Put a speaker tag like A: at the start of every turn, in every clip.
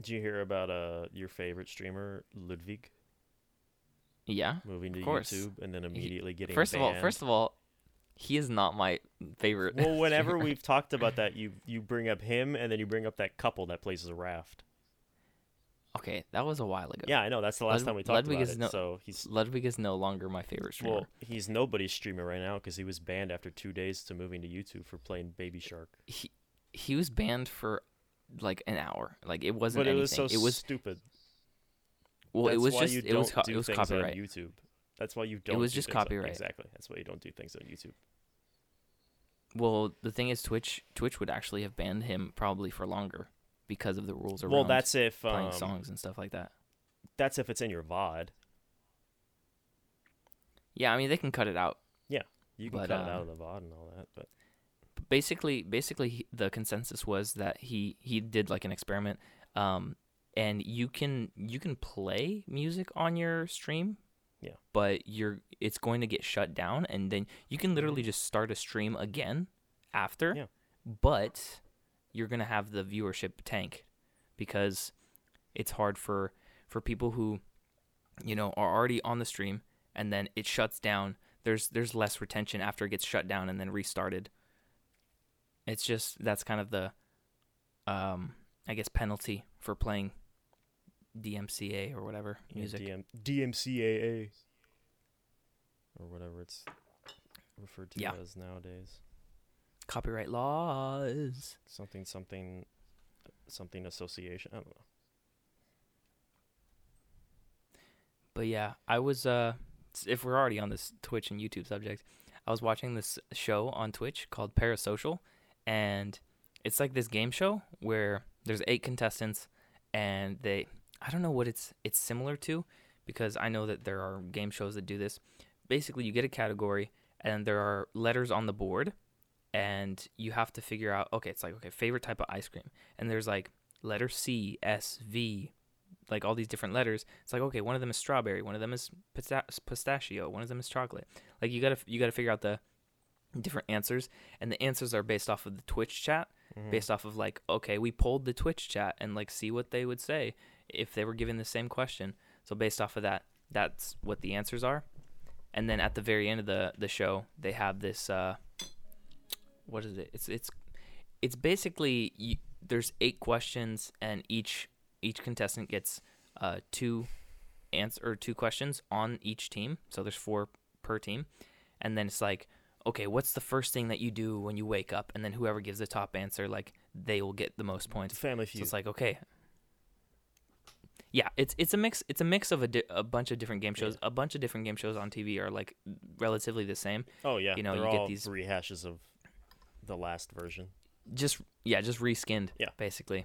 A: Did you hear about uh your favorite streamer Ludwig
B: Yeah.
A: moving to
B: course.
A: YouTube and then immediately getting
B: First of all,
A: banned?
B: first of all, he is not my favorite.
A: well, whenever
B: streamer.
A: we've talked about that, you you bring up him and then you bring up that couple that plays as a raft.
B: Okay, that was a while ago.
A: Yeah, I know. That's the last
B: Lud-
A: time we talked
B: Ludwig
A: about
B: is
A: it.
B: no-
A: so he's
B: Ludwig is no longer my favorite streamer.
A: well, he's nobody's streamer right now because he was banned after two days to moving to YouTube for playing Baby Shark.
B: he he was banned for like an hour. Like it wasn't
A: But it
B: anything.
A: was so
B: it was
A: stupid.
B: well, it
A: That's
B: was
A: why
B: just
A: you
B: it was
A: don't
B: co-
A: do
B: it was
A: things on
B: copyright.
A: YouTube. That's why you don't.
B: was
A: do
B: just
A: things on-
B: copyright.
A: exactly. That's why you don't do things on YouTube.
B: Well, the thing is, Twitch Twitch would actually have banned him probably for longer because of the rules around
A: Well, that's if
B: playing
A: um,
B: songs and stuff like that.
A: that's if it's in your VOD.
B: Yeah, I mean they can cut it out.
A: You can
B: But,
A: cut it out
B: um,
A: of the VOD and all that, but
B: But basically, basically he- the consensus was that he he did like an experiment, um, and you can you can play music on your stream.
A: Yeah.
B: But you're it's going to get shut down, and then you can literally just start a stream again after.
A: Yeah.
B: But you're gonna have the viewership tank because it's hard for for people who you know are already on the stream and then it shuts down there's there's less retention after it gets shut down and then restarted it's just that's kind of the um i guess penalty for playing dmca or whatever
A: yeah,
B: music
A: DM, DMCAA or whatever it's referred to
B: Yeah.
A: as nowadays.
B: copyright laws
A: Something something something association. I don't know.
B: but yeah i was uh s- if we're already on this twitch and youtube subject i was watching this show on twitch called parasocial and it's like this game show where there's eight contestants and they i don't know what it's it's similar to because i know that there are game shows that do this basically you get a category and there are letters on the board and you have to figure out okay it's like okay favorite type of ice cream and there's like letter c s v like all these different letters it's like okay one of them is strawberry one of them is pista- pistachio one of them is chocolate like you gotta you gotta figure out the different answers and the answers are based off of the twitch chat based off of like okay we polled the twitch chat and like see what they would say if they were given the same question so based off of that that's what the answers are and then at the very end of the the show they have this uh what is it it's it's it's basically you, there's eight questions and each each contestant gets uh two answer or two questions on each team so there's four per team and then it's like okay what's the first thing that you do when you wake up and then whoever gives the top answer like they will get the most points
A: Family
B: so
A: Feud.
B: it's like okay. Yeah, it's it's a mix. It's a mix of a, di- a bunch of different game shows. A bunch of different game shows on TV are like relatively the same.
A: oh yeah,
B: you know,
A: they're
B: you get
A: all
B: these-
A: rehashes of the last version.
B: Just yeah, just reskinned.
A: Yeah.
B: basically.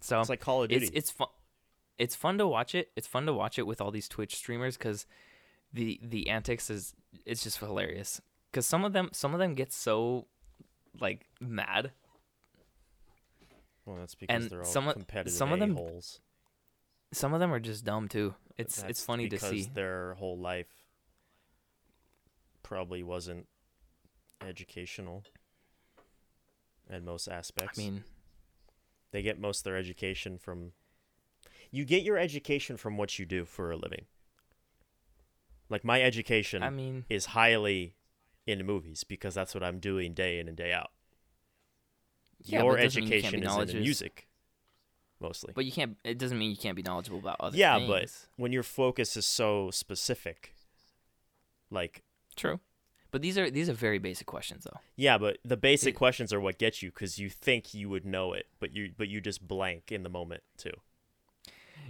B: So
A: It's like Call of Duty.
B: Um, it's it's fun. It's fun to watch it. It's fun to watch it with all these Twitch streamers because the the antics is it's just hilarious. Because some of them some of them get so like mad
A: well, that's because
B: and
A: they're all
B: some of-
A: competitive
B: some of them-
A: holes.
B: some of them are just dumb too. It's it's funny to
A: because
B: see.
A: their whole life probably wasn't educational in most
B: I
A: aspects.
B: mean,
A: they get most of their education from you get your education from what you do for a living. Like my education
B: I mean,
A: is highly in movies because that's what I'm doing day in and day out.
B: yeah, but
A: your
B: it doesn't mean you can't be
A: education is in
B: knowledgeous.
A: music mostly.
B: But you can't. It doesn't mean you can't be knowledgeable about other.
A: yeah, but
B: things.
A: when your focus is so specific like
B: true. But these are these are very basic questions though.
A: Yeah, but the basic
B: It-
A: questions are what get you because you think you would know it, but you but you just blank in the moment too.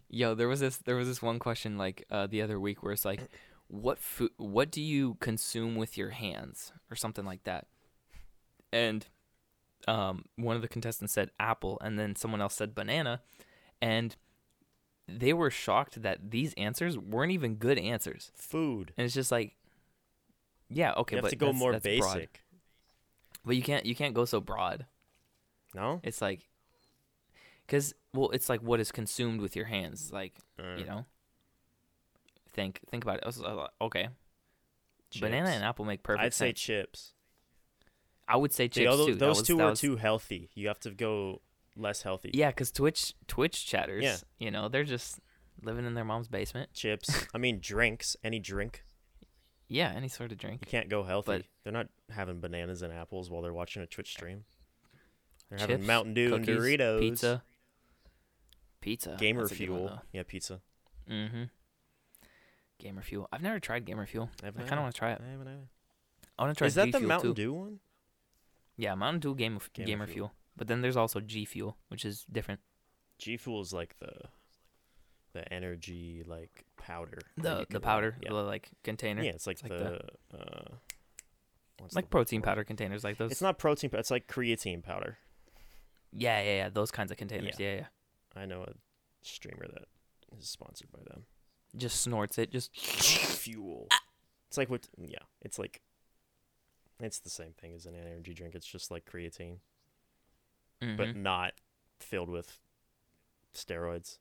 B: Yo, there was this there was this one question like uh, the other week where it's like, what food? What do you consume with your hands or something like that? And um, one of the contestants said apple, and then someone else said banana, and they were shocked that these answers weren't even good answers.
A: Food.
B: And it's just like, yeah, okay,
A: you have
B: but
A: to go
B: that's-
A: more
B: that's
A: basic.
B: broad. But you can't you can't go so broad.
A: No.
B: It's like, because well, it's like what is consumed with your hands. Like
A: Uh,
B: you know, think think about it. I was like, okay, banana
A: chips.
B: and apple make perfect
A: I'd say
B: sense.
A: chips.
B: I would say
A: The
B: chips
A: other-
B: too. That
A: Those
B: was-
A: two
B: that
A: are
B: was-
A: too healthy. You have to go less healthy.
B: Yeah, because Twitch Twitch chatters,
A: Yeah.
B: you know, they're just living in their mom's basement.
A: Chips. I mean, drinks. Any drink.
B: Yeah, any sort of
A: You
B: drink.
A: can't go healthy.
B: But-
A: they're not having bananas and apples while they're watching a Twitch stream. They're
B: Chips,
A: having Mountain Dew and
B: cookies,
A: Doritos.
B: pizza, pizza,
A: Gamer fuel. yeah, pizza.
B: Mm-hmm. Gamer fuel. I've never tried Gamer fuel.
A: I
B: I
A: haven't
B: kind of
A: either.
B: want to try it.
A: I haven't either.
B: I want to try.
A: Is that
B: G
A: the
B: Fuel,
A: Mountain
B: too.
A: Dew one?
B: Yeah, Mountain Dew Game of,
A: Gamer
B: Gamer,
A: Fuel.
B: fuel. But then there's also G Fuel, which is different.
A: G Fuel's like the the energy like powder. that you
B: The
A: can
B: the
A: buy.
B: powder,
A: Yeah,
B: the like container.
A: yeah it's like,
B: like
A: the, uh, what's
B: Like
A: the word
B: protein
A: for it?
B: powder containers, like those.
A: It's not protein. pow- It's like creatine powder.
B: yeah, yeah, yeah. Those kinds of containers. Yeah, yeah.
A: I know a streamer that is sponsored by them.
B: Just snorts it. Just
A: Fuel. It's like what? Yeah, it's like it's the same thing as an energy drink. It's just like creatine, but
B: mhm.
A: not filled with steroids.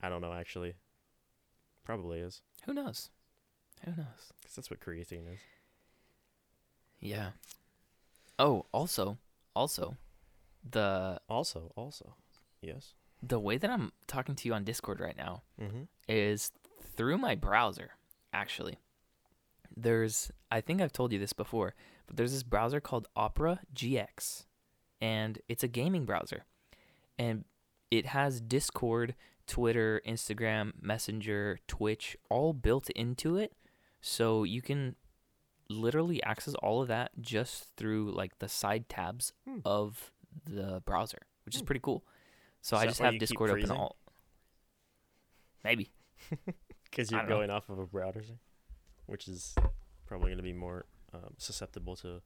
A: I don't know actually. Probably is
B: who knows? Who knows?
A: because that's what creatine is.
B: Yeah. Oh, also, also, the
A: Also, also, yes.
B: the way that I'm talking to you on Discord right now
A: Mm-hmm.
B: is through my browser. Actually, there's I think I've told you this before, but there's this browser called Opera GX, and it's a gaming browser, and it has Discord, Twitter, Instagram, Messenger, Twitch all built into it, so you can literally access all of that just through like the side tabs
A: Hmm.
B: of the browser, which is pretty cool. So
A: Is
B: I
A: that
B: just
A: why
B: have
A: you keep
B: Discord open
A: freezing?
B: all. Maybe
A: Because
B: I
A: you're
B: don't know.
A: going off of a browser, which is probably going to be more um, susceptible to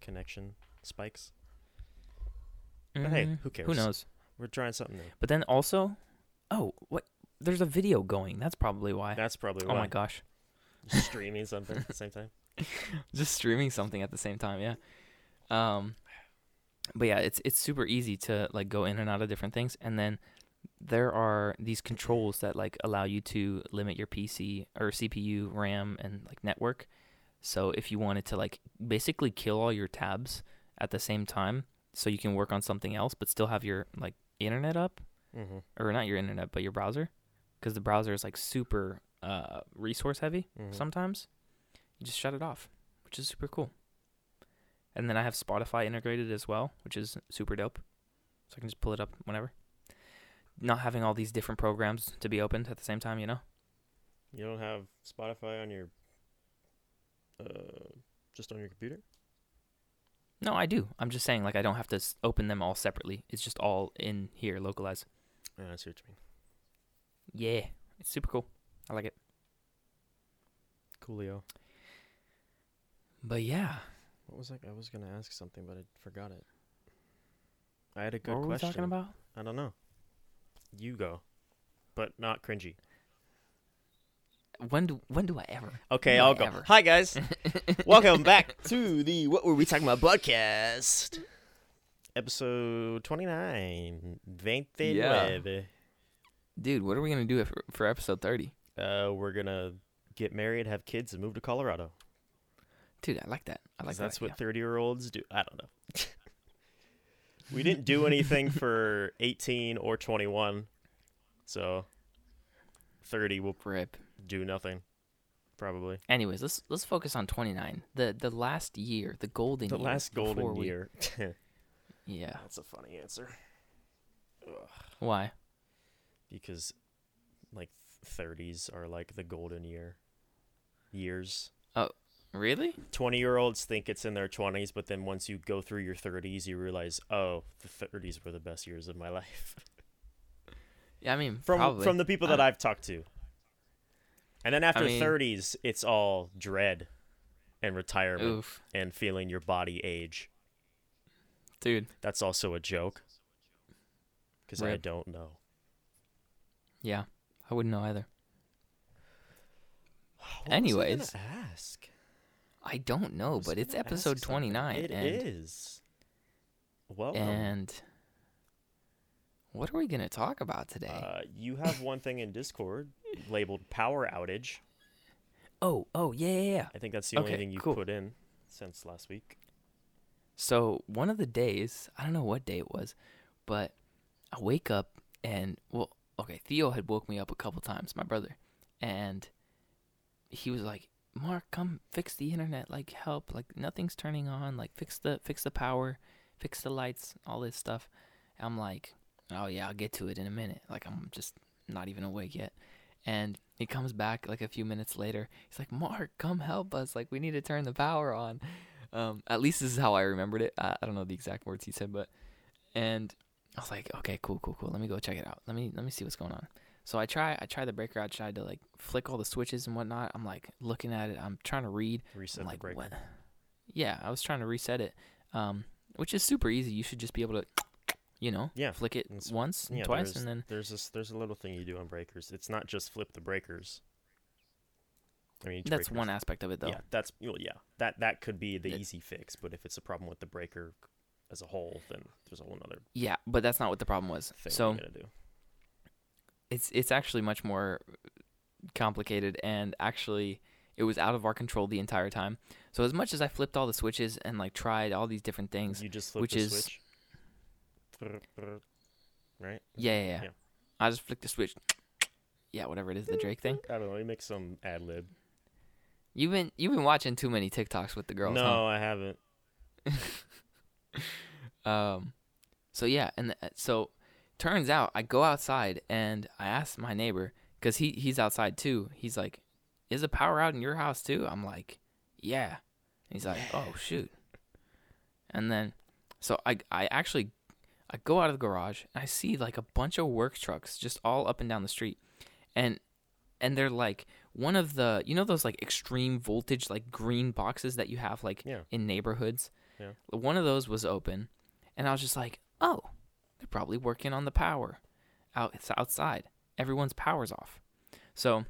A: connection spikes. But hey,
B: Mhm.
A: who cares?
B: Who knows?
A: We're trying something new.
B: But then also, oh, what? There's a video going. That's probably why.
A: That's probably
B: oh
A: why.
B: my gosh,
A: Streaming something at the same time.
B: just streaming something at the same time. Yeah. Um, but yeah, it's it's super easy to like go in and out of different things, and then there are these controls that like allow you to limit your PC or CPU, RAM, and like network. So if you wanted to like basically kill all your tabs at the same time, so you can work on something else, but still have your like internet up,
A: Mm-hmm.
B: or not your internet, but your browser, because the browser is like super uh, resource heavy.
A: Mm-hmm.
B: Sometimes you just shut it off, which is super cool. And then I have Spotify integrated as well, which is super dope. So I can just pull it up whenever. Not having all these different programs to be opened at the same time, you know.
A: You don't have Spotify on your, uh, just on your computer.
B: No, I do. I'm just saying, like, I don't have to s- open them all separately. It's just all in here, localized.
A: Yeah, I see what you mean.
B: Yeah, it's super cool. I like it.
A: Coolio.
B: But yeah,
A: What was I? I was gonna ask something, but I forgot it. I had a good
B: what were we
A: question.
B: talking about?
A: I don't know. You go, but not cringy.
B: When do when do I ever?
A: Okay,
B: Not
A: I'll go.
B: ever.
A: Hi guys, welcome back to the What Were We Talking About podcast, episode twenty nine, twenty nueve.
B: Dude, what are we gonna do for, for episode thirty?
A: Uh, we're gonna get married, have kids, and move to Colorado.
B: Dude, I like that. I
A: 'Cause
B: like
A: that's
B: that.
A: what thirty year olds do. I don't know. we didn't do anything for eighteen or twenty one, so thirty will
B: idea. rip.
A: do nothing, probably.
B: Anyways, let's let's focus on twenty nine. The the last year, the golden
A: The
B: year.
A: last
B: before
A: golden
B: we-
A: year.
B: Yeah.
A: That's a funny answer.
B: Why?
A: because like 30s are like the golden year years
B: Really?
A: 20 year olds think it's in their 20s but then once you go through your 30s you realize oh the 30s were the best years of my life
B: Yeah, I mean
A: from
B: probably.
A: from the people that
B: I-
A: i've talked to and then after
B: mean-
A: 30s it's all dread and retirement
B: Oof.
A: and feeling your body age
B: Dude.
A: that's also a joke because i
B: Rip.
A: don't know
B: Yeah. I wouldn't know either.
A: What was I gonna
B: Anyways.
A: ask
B: I don't know,
A: was
B: Oh, but it's
A: gonna ask
B: episode
A: something.
B: twenty nine.
A: It
B: and,
A: is. Welcome.
B: and what are we gonna talk about today?
A: uh, you have one thing in Discord labeled power outage.
B: oh, oh yeah, yeah, yeah.
A: I think that's the only
B: Okay,
A: thing you
B: cool.
A: put in since last week.
B: So one of the days, I don't know what day it was, but I wake up and well, okay, Theo had woke me up a couple times, my brother, and he was like, "Mark, come fix the internet, like help, like nothing's turning on, like fix the fix the power, fix the lights, all this stuff." And I'm like, "Oh yeah, I'll get to it in a minute." Like I'm just not even awake yet. And he comes back like a few minutes later. He's like, "Mark, come help us. Like we need to turn the power on." Um, at least this is how I remembered it. I, I don't know the exact words he said, but and I was like, okay, cool, cool, cool. Let me go check it out. Let me let me see what's going on. So I try I try the breaker outside to like flick all the switches and whatnot. I'm like looking at it. I'm trying to read.
A: Reset
B: I'm
A: the
B: like,
A: breaker.
B: what? Yeah, I was trying to reset it, um, which is super easy. You should just be able to, you know,
A: Yeah,
B: flick it
A: it's-
B: once,
A: Yeah,
B: twice,
A: there's,
B: and then
A: there's this there's a little thing you do on breakers. It's not just flip the breakers. I mean, each
B: that's
A: breaker's-
B: one aspect of it though.
A: Yeah, that's well, yeah. That that could be the
B: It-
A: easy fix, but if it's a problem with the breaker as a whole, then there's a whole other
B: Yeah, but that's not what the problem was.
A: thing
B: so
A: you gotta do.
B: it's it's actually much more complicated and actually it was out of our control the entire time. So as much as I flipped all the switches and like tried all these different things,
A: You just flip
B: which
A: the
B: is-
A: switch. Right?
B: yeah, yeah, yeah.
A: Yeah.
B: I just flicked the switch. Yeah, whatever it is, the Drake thing.
A: I don't know. You make some ad lib.
B: You've been you've been watching too many TikToks with the girls.
A: No,
B: huh?
A: I haven't.
B: Um, so yeah, and th- so turns out I go outside and I ask my neighbor because he he's outside too. He's like, "Is the power out in your house too?" I'm like, "Yeah." And he's like, "Oh shoot." And then, so I I actually I go out of the garage and I see like a bunch of work trucks just all up and down the street, and and they're like one of the you know those like extreme voltage like green boxes that you have like
A: Yeah.
B: in neighborhoods.
A: Yeah.
B: One of those was open, and I was just like, oh, they're probably working on the power out it's outside. Everyone's power's off. So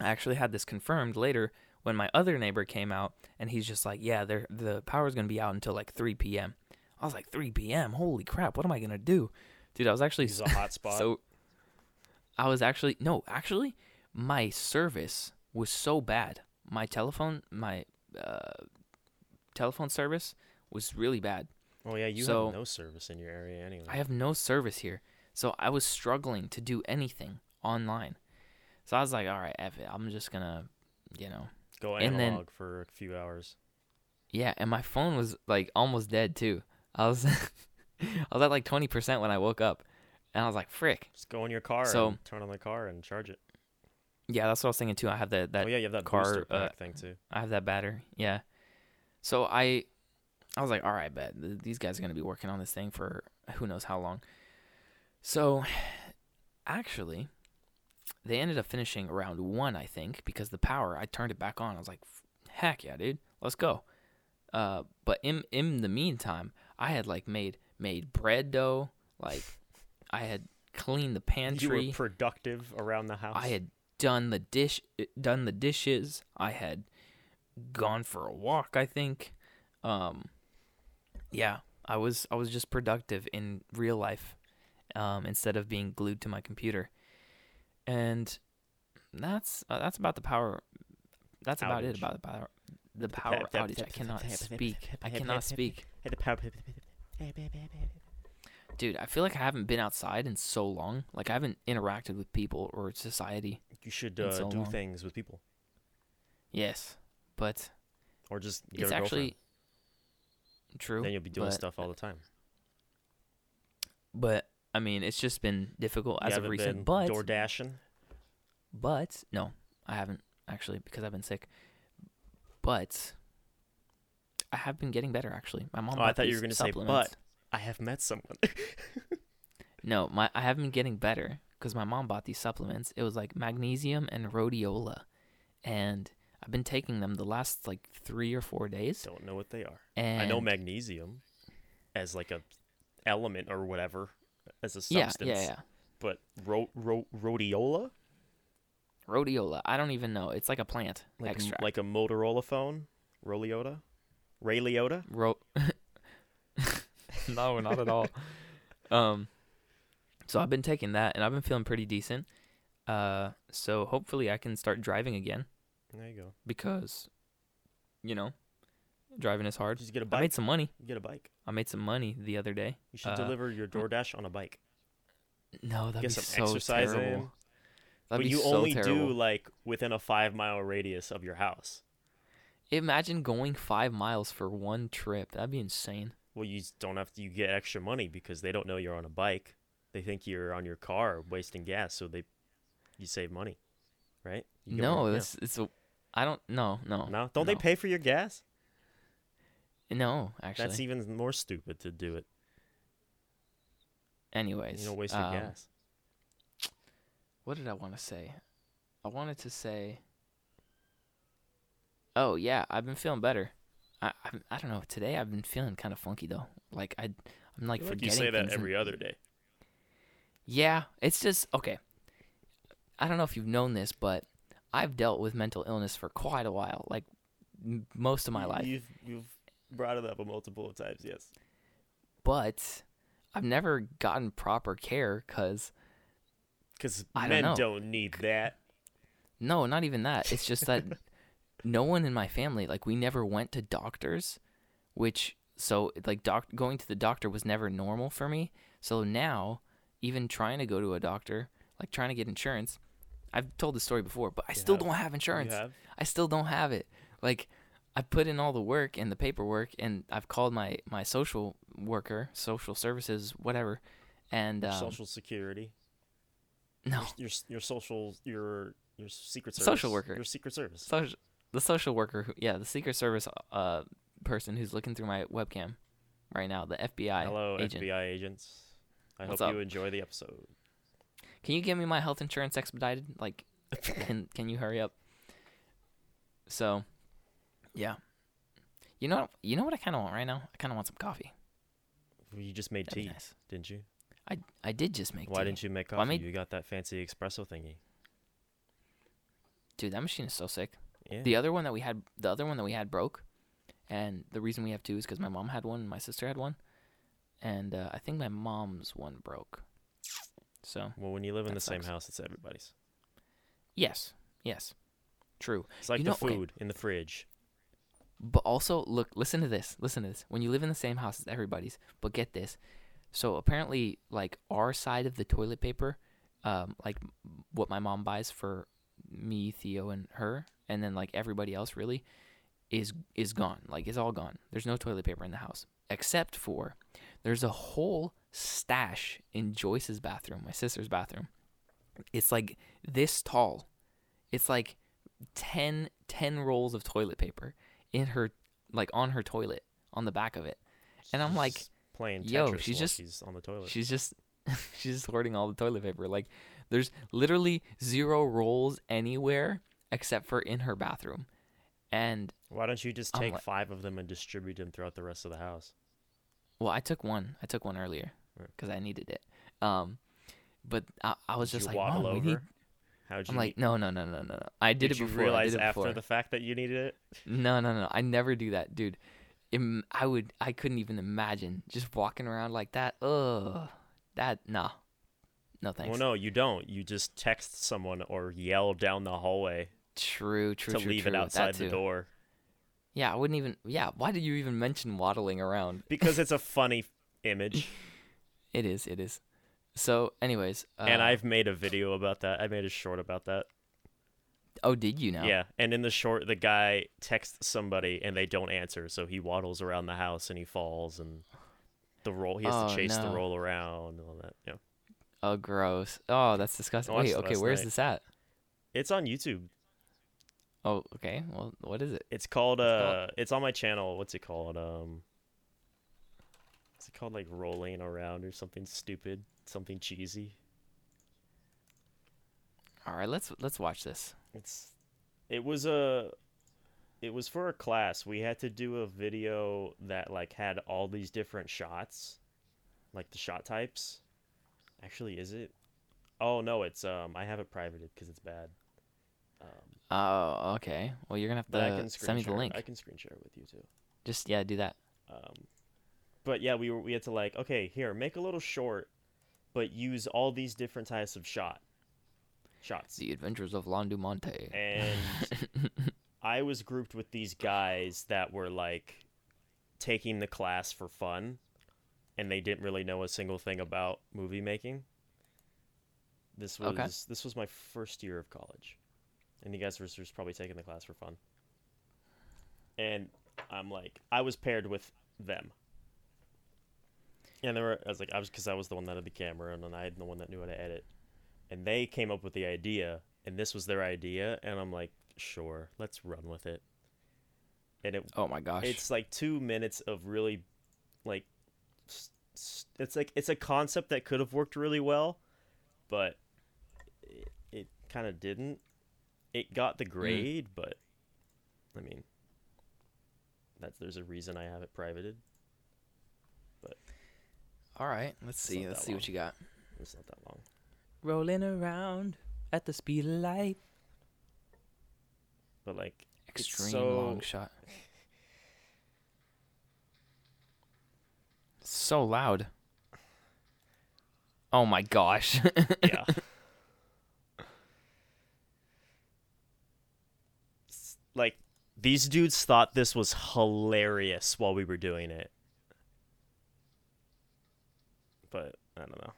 B: I actually had this confirmed later when my other neighbor came out and he's just like, Yeah, they're, the power's gonna be out until like three PM. I was like, three PM, holy crap, what am I gonna do? Dude, I was actually
A: Use a hotspot.
B: so I was actually no, actually my service was so bad. My telephone, my uh, telephone service was really bad.
A: oh yeah, you
B: so-
A: have no service in your area anyway.
B: I have no service here. So I was struggling to do anything online. So I was like, all right, F it. I'm just going to, you know.
A: Go
B: and
A: analog
B: then-
A: for a few hours.
B: Yeah, and my phone was like almost dead too. I was I was at like 20% when I woke up. And I was like, frick.
A: Just go in your car
B: So-
A: and turn on the car and charge it.
B: Yeah, that's what I was thinking too. I have the, that
A: oh yeah, you have that
B: car,
A: booster
B: uh,
A: pack thing too.
B: I have that battery. Yeah. So I I was like, all right, bet th- these guys are gonna be working on this thing for who knows how long. So actually, they ended up finishing around one, I think, because the power I turned it back on. I was like, heck yeah, dude, let's go. Uh, but in in the meantime, I had like made made bread dough, like I had cleaned the
A: you
B: pantry.
A: were productive around the house.
B: I had done the dish, done the dishes. I had gone for a walk. I think, um, yeah, I was I was just productive in real life um, instead of being glued to my computer, and that's uh, that's about the power. That's about it
A: Outage.
B: about the power. The power outage. I cannot speak. I cannot speak,
A: Had the power.
B: dude. I feel like I haven't been outside in so long. Like I haven't interacted with people or society.
A: You should
B: Been
A: uh,
B: so
A: do
B: long.
A: things with people,
B: Yes, but
A: or just get
B: it's
A: a girlfriend.
B: actually true.
A: then you'll be doing
B: but-
A: stuff all the time.
B: But I mean, it's just been difficult
A: You
B: as of
A: haven't
B: recent.
A: been
B: But
A: door dashing.
B: but no, I haven't actually because I've been sick. But I have been getting better actually. My mom.
A: Oh, I
B: bought
A: thought you
B: these
A: were gonna say,
B: supplements.
A: I have met someone.
B: No, my I have been getting better because my mom bought these supplements. It was like magnesium and rhodiola, and I've been taking them the last like three or four days.
A: Don't know what they are.
B: And
A: I know magnesium as like a element or whatever as a
B: Yeah,
A: substance.
B: yeah, yeah.
A: But ro- ro- rhodiola,
B: Rhodiola. I don't even know. It's like a plant
A: like m-
B: extract.
A: like a Motorola phone, Roliota, Rayliota.
B: Ro- no, not at all. Um, so I've been taking that, and I've been feeling pretty decent. Uh, so hopefully I can start driving again
A: There you go.
B: because, you know, driving is hard.
A: Just get a
B: I
A: bike.
B: made some money.
A: Get a bike.
B: I made some money the other day.
A: You should
B: Uh,
A: deliver your DoorDash on a bike.
B: No, that'd
A: Get
B: be
A: some
B: so
A: exercise in.
B: terrible.
A: but
B: That'd be
A: you
B: so
A: only
B: terrible.
A: do like within a five mile radius of your house.
B: Imagine going five miles for one trip. That'd be insane.
A: Well, you s- don't have to. You get extra money because they don't know you're on a bike. They think you're on your car wasting gas, so they you save money, right? You get what I'm-
B: no,
A: yeah.
B: it's it's a. I don't. No, no.
A: no. Don't they pay for your gas?
B: No, actually.
A: That's e- even more stupid to do it.
B: Anyways,
A: You don't waste your
B: um,
A: gas.
B: What did I want to say? I wanted to say. Oh yeah, I've been feeling better. I I, I don't know. Today I've been feeling kind of funky though. Like I, I'm like
A: I feel like
B: forgetting.
A: you say that
B: things and-
A: every other day.
B: Yeah, it's just okay. I don't know if you've known this, but I've dealt with mental illness for quite a while, like m- most of my life.
A: You've, you've brought it up multiple times. Yes.
B: But I've never gotten proper care because
A: Because
B: I don't
A: men
B: know.
A: don't need that.
B: no, not even that. It's just that no one in my family, like we never went to doctors, which so like doc going to the doctor was never normal for me. So now, even trying to go to a doctor, like trying to get insurance, I've told this story before, but I still
A: have.
B: don't have insurance.
A: You have.
B: I still don't have it. Like I put in all the work and the paperwork and I've called my my social worker, social services, whatever. And um,
A: social security.
B: no,
A: Your, s- your social your your secret service.
B: Social worker.
A: Your secret service.
B: social, the social worker, who, yeah, the Secret Service uh person who's looking through my webcam right now, the FBI
A: Hello,
B: agent.
A: FBI agents. I
B: What's
A: hope
B: up?
A: you enjoy the episode.
B: Can you give me my health insurance expedited? Like, can can you hurry up? So, yeah, you know, you know what I kind of want right now. I kind of want some coffee.
A: You just made
B: That'd be
A: tea,
B: nice.
A: didn't you?
B: I I did just make.
A: Why
B: tea.
A: didn't you make
B: Well,
A: coffee?
B: I made-
A: You got that fancy espresso thingy.
B: Dude, that machine is so sick.
A: Yeah.
B: The other one that we had, the other one that we had broke, and the reason we have two is because my mom had one, and my sister had one, and uh, I think my mom's one broke. So
A: well, when you live in
B: That
A: the same
B: sucks.
A: house, it's everybody's.
B: yes, yes, true.
A: It's like
B: You
A: the
B: know- okay.
A: food in the fridge.
B: But also, look, listen to this, listen to this. When you live in the same house as everybody's, but get this. So apparently, like our side of the toilet paper, um, like m- what my mom buys for me, Theo, and her, and then like everybody else really, is is gone. Like it's all gone. There's no toilet paper in the house except for there's a whole stash in Joyce's bathroom, my sister's bathroom. It's like this tall. It's like 10, 10 rolls of toilet paper in her like on her toilet on the back of it. And I'm
A: She's
B: like,
A: just playing Tetris
B: yo,
A: while
B: she's just-
A: she's on the toilet.
B: She's just she's just hoarding all the toilet paper. Like there's literally zero rolls anywhere except for in her bathroom. And
A: Why don't you just
B: I'm
A: take
B: like-
A: five of them and distribute them throughout the rest of the house?
B: well, I took one. I took one earlier
A: Right.
B: because I needed it. Um, but I, I was
A: Did
B: just
A: you
B: like,
A: waddle
B: Mom, we
A: over.
B: need.
A: How'd you?
B: I'm like,
A: need-
B: no, no, no, no, no. no. I did,
A: did,
B: it
A: you
B: before. I
A: realize
B: did it
A: after
B: before.
A: the fact that you needed it?
B: No, no, no. I never do that, dude. Im- I would. I couldn't even imagine just walking around like that. Ugh, that nah, no thanks.
A: Well, no, you don't. You just text someone or yell down the hallway
B: True, true,
A: to
B: true,
A: leave
B: true.
A: it outside
B: that
A: the
B: too.
A: door
B: Yeah, I wouldn't even. Yeah, why did you even mention waddling around?
A: because it's a funny image.
B: It is, it is. So, anyways, uh,
A: and I've made a video about that. I made a short about that.
B: oh, did you know?
A: Yeah. And in the short, the guy texts somebody and they don't answer. So he waddles around the house and he falls and the roll, he has to
B: Oh,
A: chase the
B: no.
A: roll around and all that. Yeah.
B: Oh, gross. Oh, that's disgusting.
A: watched
B: Wait,
A: it
B: okay,
A: last
B: where's
A: night.
B: this at?
A: It's on YouTube.
B: Oh, okay. Well, what is it?
A: It's called,
B: It's
A: uh,
B: called-
A: it's on my channel. What's it called? Um, What's it called like rolling around or something stupid, something cheesy.
B: All right, let's let's watch this.
A: It's it was a it was for a class. We had to do a video that like had all these different shots, like the shot types. Actually, is it? Oh no, it's um I have it privated because it's bad. Um,
B: Oh, okay. Well, you're gonna have
A: but I
B: to
A: can
B: send
A: screen
B: me the
A: share.
B: link.
A: I can screen share it with you too.
B: Just yeah, do that.
A: Um, but yeah, we were we had to like okay here make a little short, but use all these different types of shot shots.
B: The Adventures of Lon Monte.
A: and I was grouped with these guys that were like taking the class for fun, and they didn't really know a single thing about movie making. This was
B: Okay.
A: this was my first year of college, and you guys were just probably taking the class for fun. And I'm like, I was paired with them, and there were I was like, I was because I was the one that had the camera, and then I had the one that knew how to edit, and they came up with the idea, and this was their idea, and I'm like, sure, let's run with it. And it
B: Oh my gosh.
A: it's like two minutes of really, like, s- s- it's like it's a concept that could have worked really well, but it, it kind of didn't. It got the grade, but I mean, that's there's a reason I have it privated.
B: All right. Let's see.
A: not
B: Let's
A: that
B: see what you got.
A: It's not that long.
B: Rolling around at the speed of light.
A: But like, It's
B: Extreme
A: so-
B: long shot. So loud. Oh my gosh.
A: yeah. S- like these dudes thought this was hilarious while we were doing it. But I don't know.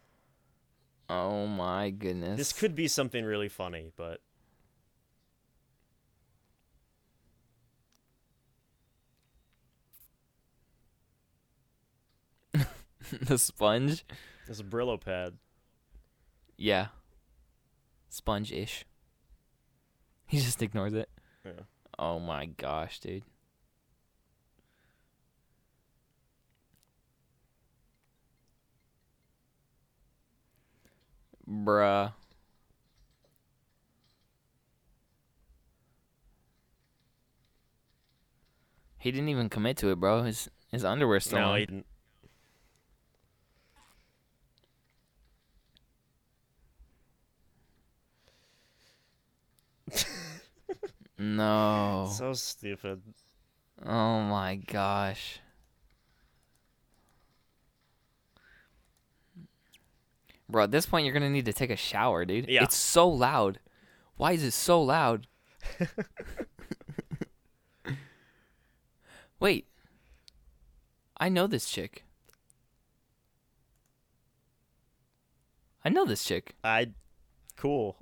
B: oh my goodness.
A: This could be something really funny, but
B: the sponge.
A: it's a Brillo pad.
B: Yeah. Sponge ish. He just ignores it.
A: Yeah.
B: Oh my gosh, dude. Bruh. He didn't even commit to it, bro. His his underwear still
A: No,
B: on.
A: he didn't.
B: no.
A: So stupid.
B: Oh my gosh. Bro, at this point you're gonna need to take a shower, dude.
A: Yeah.
B: It's so loud. Why is it so loud? Wait. I know this chick. I know this chick.
A: I cool.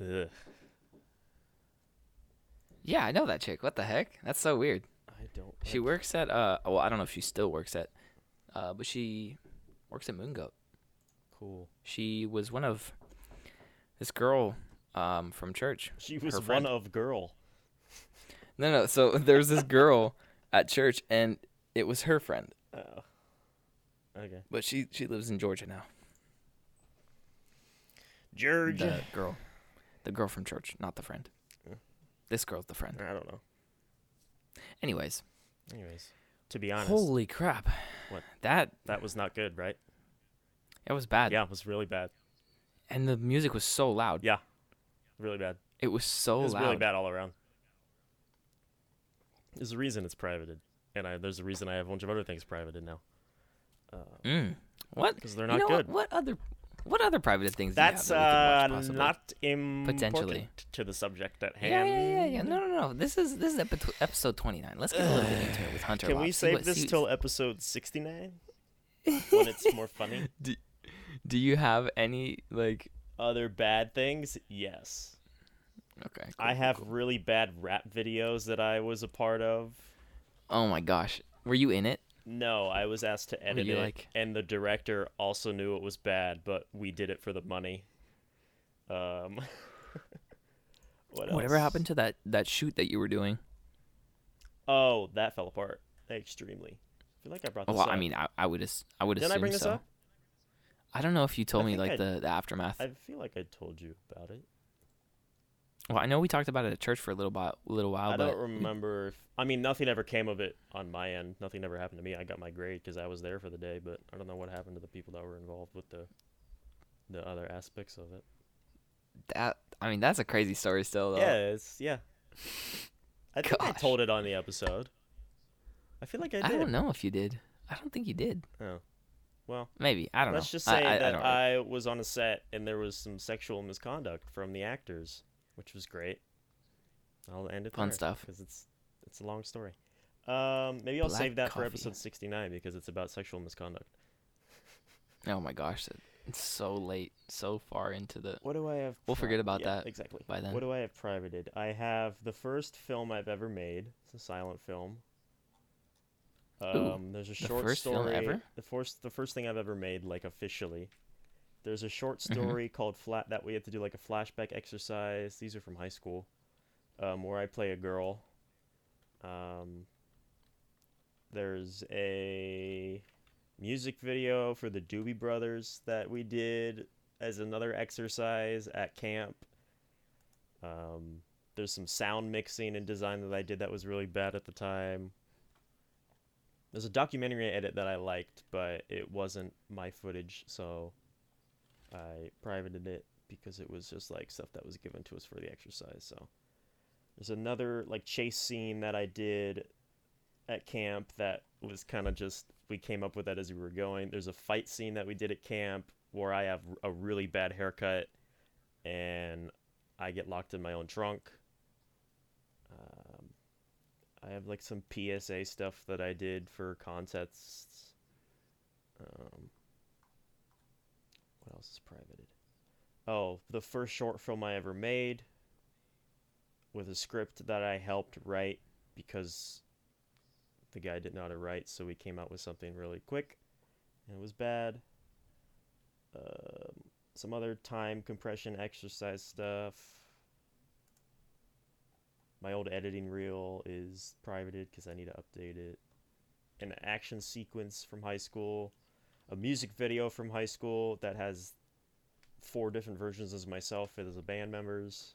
A: Ugh,
B: Yeah, I know that chick. What the heck? That's so weird.
A: I don't.
B: She
A: I-
B: works at uh well, I don't know if she still works at uh but she works at Moon Goat.
A: cool.
B: She was one of this girl um, from church.
A: She was
B: her
A: one
B: friend.
A: of girl.
B: No, no. So there's this girl at church, and it was her friend,
A: Oh. Okay.
B: but she she lives in Georgia now.
A: George.
B: The girl, the girl from church, not the friend. This girl's the friend.
A: I don't know.
B: Anyways,
A: Anyways, to be honest,
B: holy crap!
A: What?
B: That
A: that was not good, right?
B: that was bad.
A: Yeah, it was really bad.
B: And the music was so loud.
A: Yeah. Really bad.
B: It was so
A: it was
B: loud.
A: really bad all around. There's a reason it's privated, and I, there's a reason I have a bunch of other things privated now.
B: Mm. What?
A: 'Cause they're
B: you
A: not
B: know
A: good.
B: What, what other what other private things? do you have
A: That's
B: that we could watch
A: uh,
B: possibly?
A: not important
B: Potentially.
A: to the subject at
B: Yeah,
A: hand.
B: yeah, yeah, yeah. No, no, no. This is this is epi- episode twenty nine. Let's get a little bit into it with Hunter.
A: Can
B: Locke.
A: we
B: See
A: save
B: what-
A: this
B: see-
A: till episode 69 when it's more funny?
B: Do you have any like?
A: Other bad things? Yes.
B: Okay. cool,
A: I
B: cool,
A: have
B: cool.
A: really bad rap videos that I was a part of.
B: Oh my gosh, were you in it?
A: No, I was asked to edit
B: you
A: it,
B: like-
A: and the director also knew it was bad, but we did it for the money. Um, what
B: Whatever
A: else?
B: happened to that that shoot that you were doing?
A: Oh, that fell apart extremely. I feel like I brought this
B: Oh, Well,
A: up.
B: I mean, I, I would as I would
A: didn't
B: assume
A: I bring this
B: so.
A: up?
B: I don't know if you told
A: I
B: me
A: think
B: like
A: I-
B: the, the aftermath.
A: I feel like I told you about it.
B: well, I know we talked about it at church for a little while, little while,
A: I
B: but
A: don't remember. If, I mean, nothing ever came of it on my end. Nothing ever happened to me. I got my grade because I was there for the day, but I don't know what happened to the people that were involved with the the other aspects of it.
B: that I mean that's a crazy story still. Though.
A: Yeah, it's yeah. I think I
B: Gosh.
A: told it on the episode. I feel like I did.
B: I don't know if you did. I don't think you did.
A: Oh. Well,
C: Maybe I don't
A: let's
C: know.
A: just
C: I,
A: say
C: I, I
A: that
C: don't
A: I, was on a set and there was some sexual misconduct from the actors, which was great. I'll end it
C: Fun
A: there,
C: stuff.
A: because it's it's a long story. Um, maybe I'll
C: Black
A: save that for
C: coffee.
A: episode sixty nine because it's about sexual misconduct.
C: oh my gosh, it- it's so late, so far into the.
A: What do I have?
C: We'll forget about
A: yeah,
C: that
A: exactly.
C: by then.
A: What do I have privated? I have the first film I've ever made. It's a silent film.
C: Ooh,
A: Um, there's a
C: the
A: short
C: first film
A: story.
C: ever?
A: The first, the first thing I've ever made, like officially. There's a short
C: Mhm.
A: story called "Flat" that we had to do like a flashback exercise. These are from high school, um, where I play a girl. Um, there's a music video for the Doobie Brothers that we did as another exercise at camp. Um, there's some sound mixing and design that I did that was really bad at the time. There's a documentary edit that I liked, but it wasn't my footage, so I privated it because it was just like stuff that was given to us for the exercise. So there's another like chase scene that I did at camp that was kind of just we came up with that as we were going. There's a fight scene that we did at camp where I have a really bad haircut and I get locked in my own trunk. Um, I have like some PSA stuff that I did for contests. Um, what else is privated? Oh, the first short film I ever made with a script that I helped write because the guy didn't know how to write, so we came out with something really quick and it was bad. Um, some other time compression exercise stuff. My old editing reel is privated because I need to update it. An action sequence from high school, a music video from high school that has four different versions as myself and as the band members.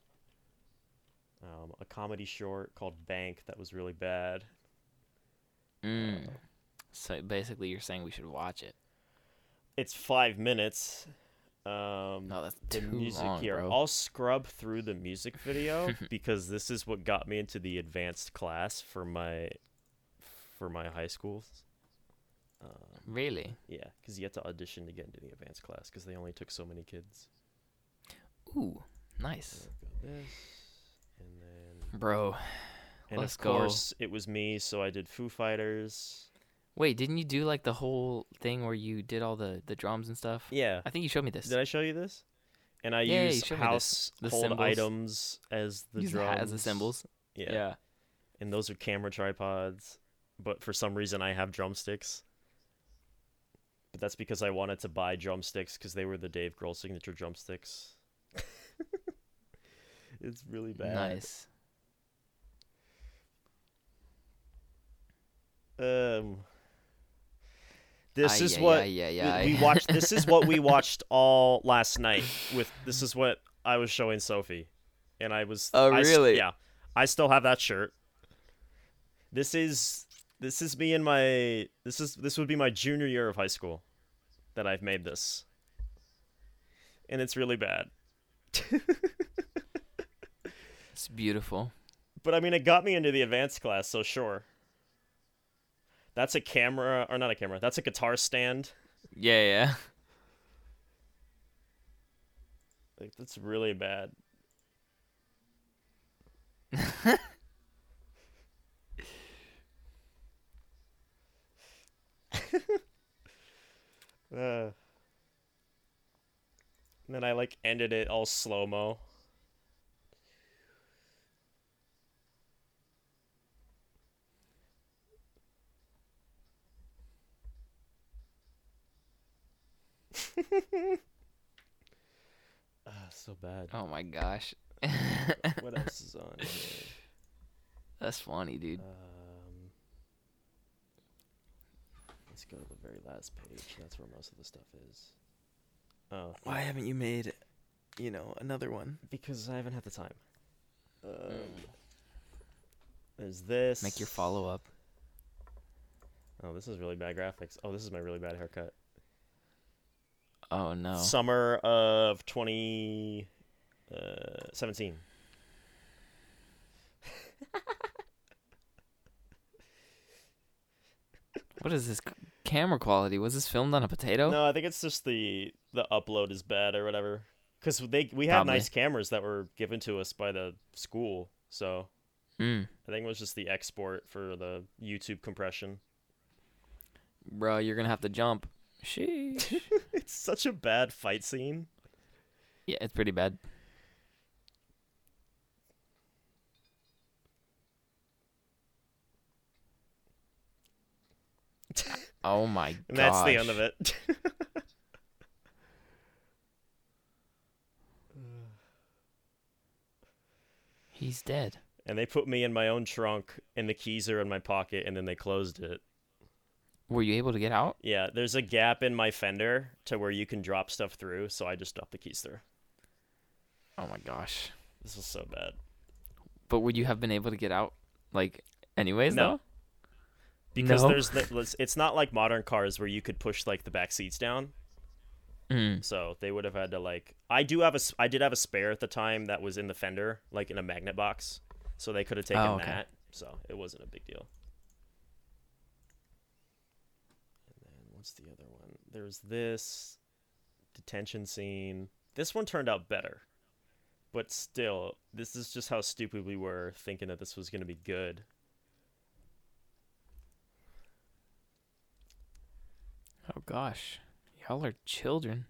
A: Um, a comedy short called Bank that was really bad.
C: Mm. So basically, you're saying we should watch it.
A: It's five minutes. Um,
C: No, that's
A: the
C: too
A: music
C: long,
A: here.
C: bro.
A: I'll scrub through the music video because this is what got me into the advanced class for my for my high school. Um,
C: Really?
A: yeah, because you had to audition to get into the advanced class because they only took so many kids.
C: Ooh,
A: So
C: nice,
A: I've got this, and then
C: bro.
A: and
C: Let's
A: of
C: go.
A: course it was me, so I did Foo Fighters.
C: Wait, didn't you do like the whole thing where you did all the the drums and stuff?
A: Yeah,
C: I think you showed me this.
A: did I show you this? And I
C: Yeah, yeah, you
A: use
C: showed me
A: household
C: this. The symbols.
A: items as the
C: Use
A: drums
C: hat as the symbols.
A: Yeah. and those are camera tripods. But for some reason, I have drumsticks. But that's because I wanted to buy drumsticks because they were the Dave Grohl signature drumsticks. it's really bad.
C: Nice.
A: Um, this
C: Ay,
A: is
C: ay,
A: what
C: ay, ay, ay.
A: we, we watched. This is what we watched all last night. With this is what I was showing Sophie, and I was.
C: Oh,
A: I s-
C: really?
A: yeah, I still have that shirt. This is this is me in my this is this would be my junior year of high school, that I've made this. And it's really bad,
C: It's beautiful.
A: but I mean, it got me into the advanced class, so sure. That's a camera, or not a camera. That's a guitar stand.
C: Yeah, yeah.
A: Like that's really bad. uh, and then I like ended it all slow mo. Ah, so bad.
C: Oh my gosh.
A: What else is on here?
C: That's funny, dude.
A: Um, let's go to the very last page. That's where most of the stuff is. Oh,
C: Why haven't you made, you know, another one?
A: because I haven't had the time. Um, there's this.
C: Make your follow up.
A: Oh, this is really bad graphics. Oh, this is my really bad haircut.
C: Oh no.
A: Summer of 2017. Uh, 17.
C: What is this c-
B: camera quality? Was this filmed on a potato?
C: Oh.
A: No, I think it's just the the upload is bad or whatever. Because they we had
B: Probably.
A: nice cameras that were given to us by the school, so
B: Mm.
A: I think it was just the export for the YouTube compression.
B: Bro, you're gonna have to jump.
C: Sheesh.
A: it's such a bad fight scene.
B: Yeah, it's pretty bad. Oh my god.
A: And that's the end of it.
B: He's dead.
A: and they put me in my own trunk, and the keys are in my pocket, and then they closed it.
B: Were you able to get out?
A: Yeah, there's a gap in my fender to where you can drop stuff through, so I just dropped the keys through.
B: Oh my gosh.
A: This was so bad.
B: But would you have been able to get out like anyways
A: No.
B: though?
A: Because
B: No.
A: there's the, let's- it's not like modern cars where you could push like the back seats down.
B: Mm.
A: So they would have had to like I do have a s- I did have a spare at the time that was in the fender like in a magnet box. So they could have taken
B: Oh, okay.
A: that. So it wasn't a big deal. And then what's the other one? There's this detention scene. This one turned out better. But still, this is just how stupid we were thinking that this was going to be good.
B: Oh gosh. Y'all are children.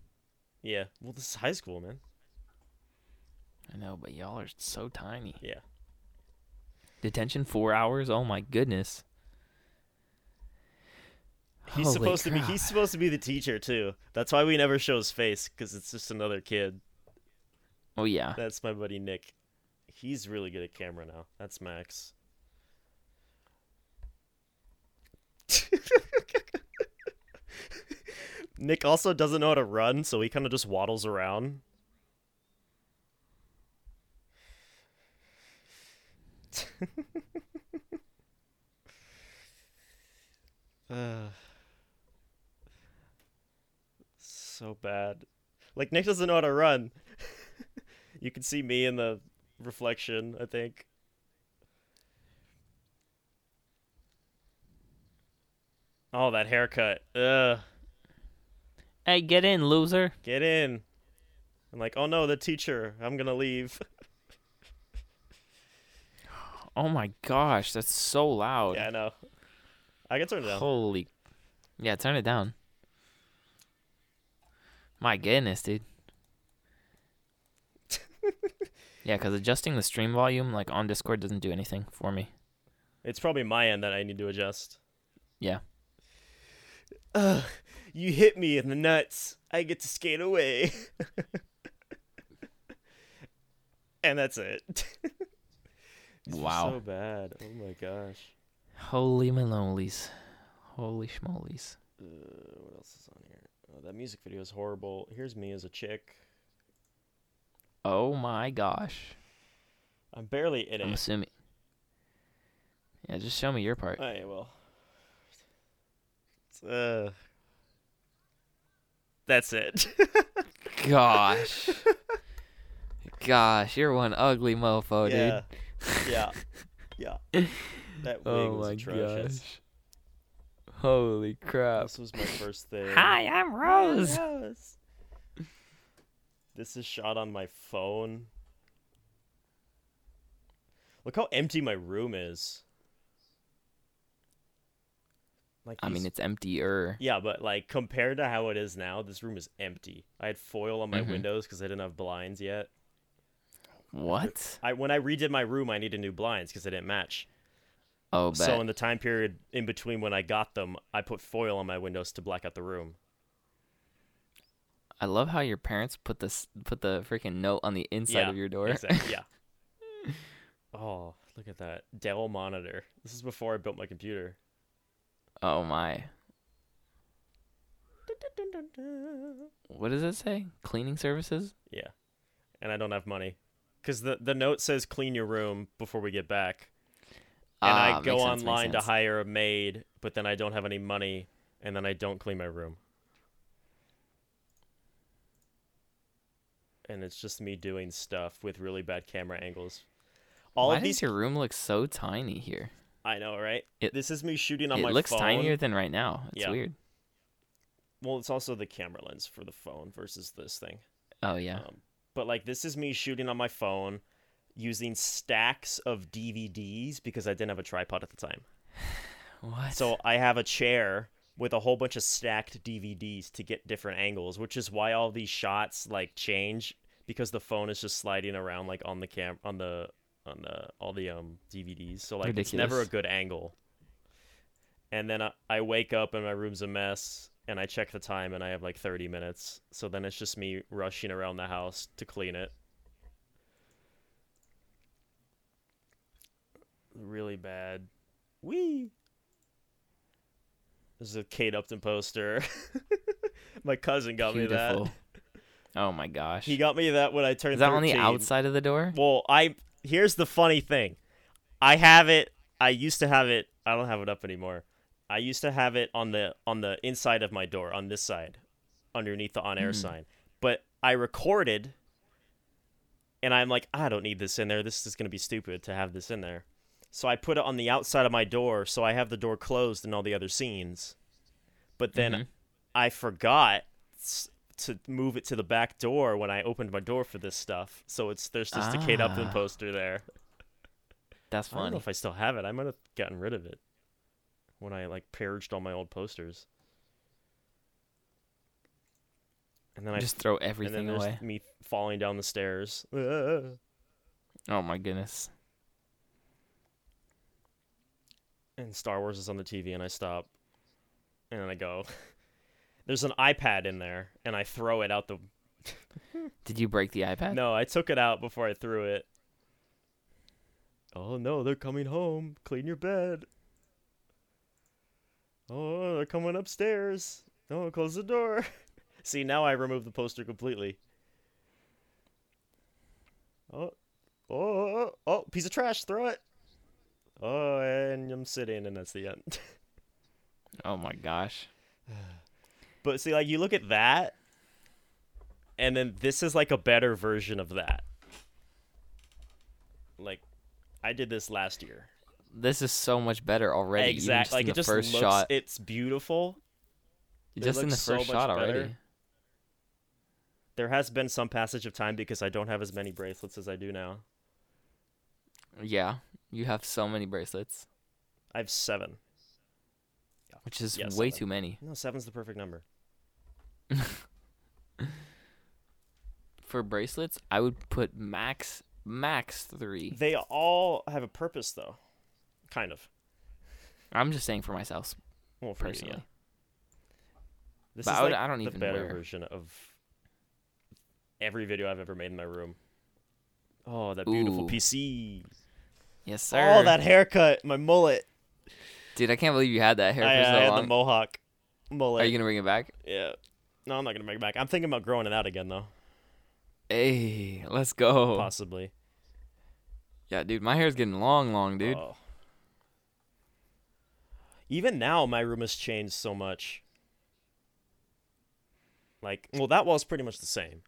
A: Yeah. Well, this is high school, man.
B: I know, but y'all are so tiny.
A: Yeah.
B: Detention four hours? Oh my goodness.
A: He's
B: Holy
A: supposed to be
B: crap.
A: he's supposed to be the teacher too. That's why we never show his face cuz it's just another kid.
B: Oh yeah.
A: That's my buddy Nick. He's really good at camera now. That's Max. Nick also doesn't know how to run, so he kind of just waddles around. uh, so bad. Like, Nick doesn't know how to run. You can see me in the reflection, I think. Oh, that haircut. Ugh.
B: Hey, get in, loser.
A: Get in. I'm like, oh no, the teacher. I'm gonna leave.
B: Oh my gosh, that's so loud.
A: yeah, I know. I can turn it down.
B: Holy. Yeah, turn it down. My goodness, dude. yeah, because adjusting the stream volume like on Discord doesn't do anything for me.
A: It's probably my end that I need to adjust.
B: Yeah.
A: Ugh, you hit me in the nuts. I get to skate away. and that's it. These were
B: Wow.
A: So bad. Oh my gosh.
B: Holy malolies. Holy schmolies.
A: Uh, what else is on here? Oh, that music video is horrible. Here's me as a chick.
B: Oh my gosh.
A: I'm barely in
B: I'm
A: it.
B: assuming. Yeah, just show me your part.
A: Oh, yeah, well. It's, Uh, that's it.
B: Gosh. Gosh, you're one ugly mofo,
A: yeah.
B: Oh, dude.
A: Yeah. Yeah. That wig
B: Oh
A: was
B: my
A: atrocious.
B: gosh. Holy crap.
A: This was my first thing.
B: Hi, I'm
A: Hi,
B: Rose.
A: Rose. this is shot on my phone. Look how empty my room is. Like
B: I mean,
A: these-
B: it's emptier.
A: Yeah, but like compared to how it is now, this room is empty. I had foil on my
B: Mhm.
A: windows because I didn't have blinds yet.
B: What?
A: I when I redid my room, I needed new blinds because they didn't match.
B: Oh, but
A: So in the time period in between when I got them, I put foil on my windows to black out the room.
B: I love how your parents put this put the freaking note on the inside
A: Yeah,
B: of your door.
A: Exactly. Yeah. oh, look at that Dell monitor. This is before I built my computer.
B: Oh my. What does it say? Cleaning services?
A: Yeah, and I don't have money because the the note says clean your room before we get back. and
B: Ah,
A: I
B: makes
A: go
B: sense, makes
A: online to
B: sense.
A: hire a maid, but then I don't have any money, and then I don't clean my room. And it's just me doing stuff with really bad camera angles. All
B: Why
A: of these,
B: does your room look so tiny here?
A: I know, right?
B: It-
A: this is me shooting on
B: it
A: my
B: looks
A: phone.
B: tinier than right now. It's
A: Yeah.
B: weird.
A: Well, it's also the camera lens for the phone versus this thing.
B: Oh yeah.
A: Um, but like this is me shooting on my phone using stacks of DVDs because I didn't have a tripod at the time.
B: What?
A: So I have a chair with a whole bunch of stacked DVDs to get different angles, which is why all these shots like change because the phone is just sliding around like on the cam on the on the all the um DVDs. So like it's never a
B: Ridiculous.
A: good angle. And then I, I wake up and my room's a mess and I check the time and I have like 30 minutes. So then it's just me rushing around the house to clean it. Really bad. Wee. There's a Kate Upton poster. My cousin got me
B: beautiful.
A: that.
B: Oh my gosh.
A: He got me that when I turned
B: Is that on the
A: 13.
B: outside of the door?
A: Well, I here's the funny thing. I have it. I used to have it. I don't have it up anymore. I used to have it on the on the inside of my door, on this side, underneath the on air
B: Hmm.
A: sign. But I recorded, and I'm like, I don't need this in there. This is gonna be stupid to have this in there. So I put it on the outside of my door, so I have the door closed in all the other scenes. But then
B: Mhm.
A: I forgot s- to move it to the back door when I opened my door for this stuff. So it's there's just a Kate Upton
B: Ah.
A: poster there.
B: That's
A: I don't know
B: funny.
A: if I still have it. I might have gotten rid of it when I like purged all my old posters. And then I
B: Just throw
A: and then
B: everything
A: there's
B: away.
A: me falling down the stairs.
B: Oh my goodness.
A: and Star Wars is on the TV and I stop and then I go There's an iPad in there and I throw it out the
B: Did you break the iPad?
A: No, I took it out before I threw it. Oh no, they're coming home. Clean your bed. Oh, they're coming upstairs. No, close the door. See, now I removed the poster completely. Oh, oh, oh, oh, piece of trash. Throw it. Oh, and I'm sitting, and that's the end.
B: Oh my gosh.
A: But see, like you look at that, and then this is like a better version of that. Like, I did this last year.
B: This is so much better already. even Just
A: exactly. Like
B: in
A: it
B: the
A: just
B: first
A: looks.
B: shot.
A: It's beautiful. it
B: just in the
A: looks so
B: first
A: much
B: shot
A: better.
B: already.
A: There has been some passage of time because I don't have as many bracelets as I do now.
B: Yeah. You have so many bracelets,
A: I have seven.
B: which is
A: Yeah, seven.
B: way too many.
A: No, seven's the perfect number.
B: For bracelets, I would put max max 3.
A: They all have a purpose, though. Kind of.
B: I'm just saying for myself
A: Well, for you, yeah.
B: personally.
A: This
B: But
A: is
B: I would-
A: like
B: I don't
A: the
B: even
A: better
B: wear-
A: version of every video I've ever made in my room. Oh, that beautiful
B: Ooh.
A: PC.
B: Yes, sir.
A: Oh, that haircut, my mullet.
B: Dude, I can't believe you had that hair
A: I, uh,
B: for so
A: I had
B: long.
A: the mohawk mullet.
B: Are you going to bring it back?
A: Yeah. No, I'm not gonna bring it back. I'm thinking about growing it out again though.
B: Hey, let's go.
A: Possibly.
B: Yeah, dude, my hair's getting long, long, dude.
A: Oh. Even now, my room has changed so much. Like, well, that wall's pretty much the same.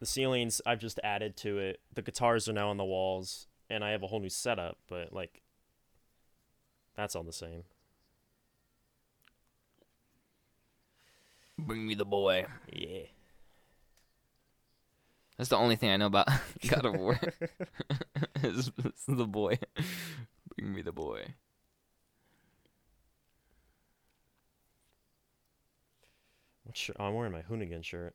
A: The ceilings, I've just added to it. The guitars are now on the walls, and I have a whole new setup, but, like, that's all the same.
B: Bring me the boy.
A: Yeah.
B: That's the only thing I know about God of War. is, is the boy. Bring me the boy.
A: What shirt? Oh, I'm wearing my Hoonigan shirt.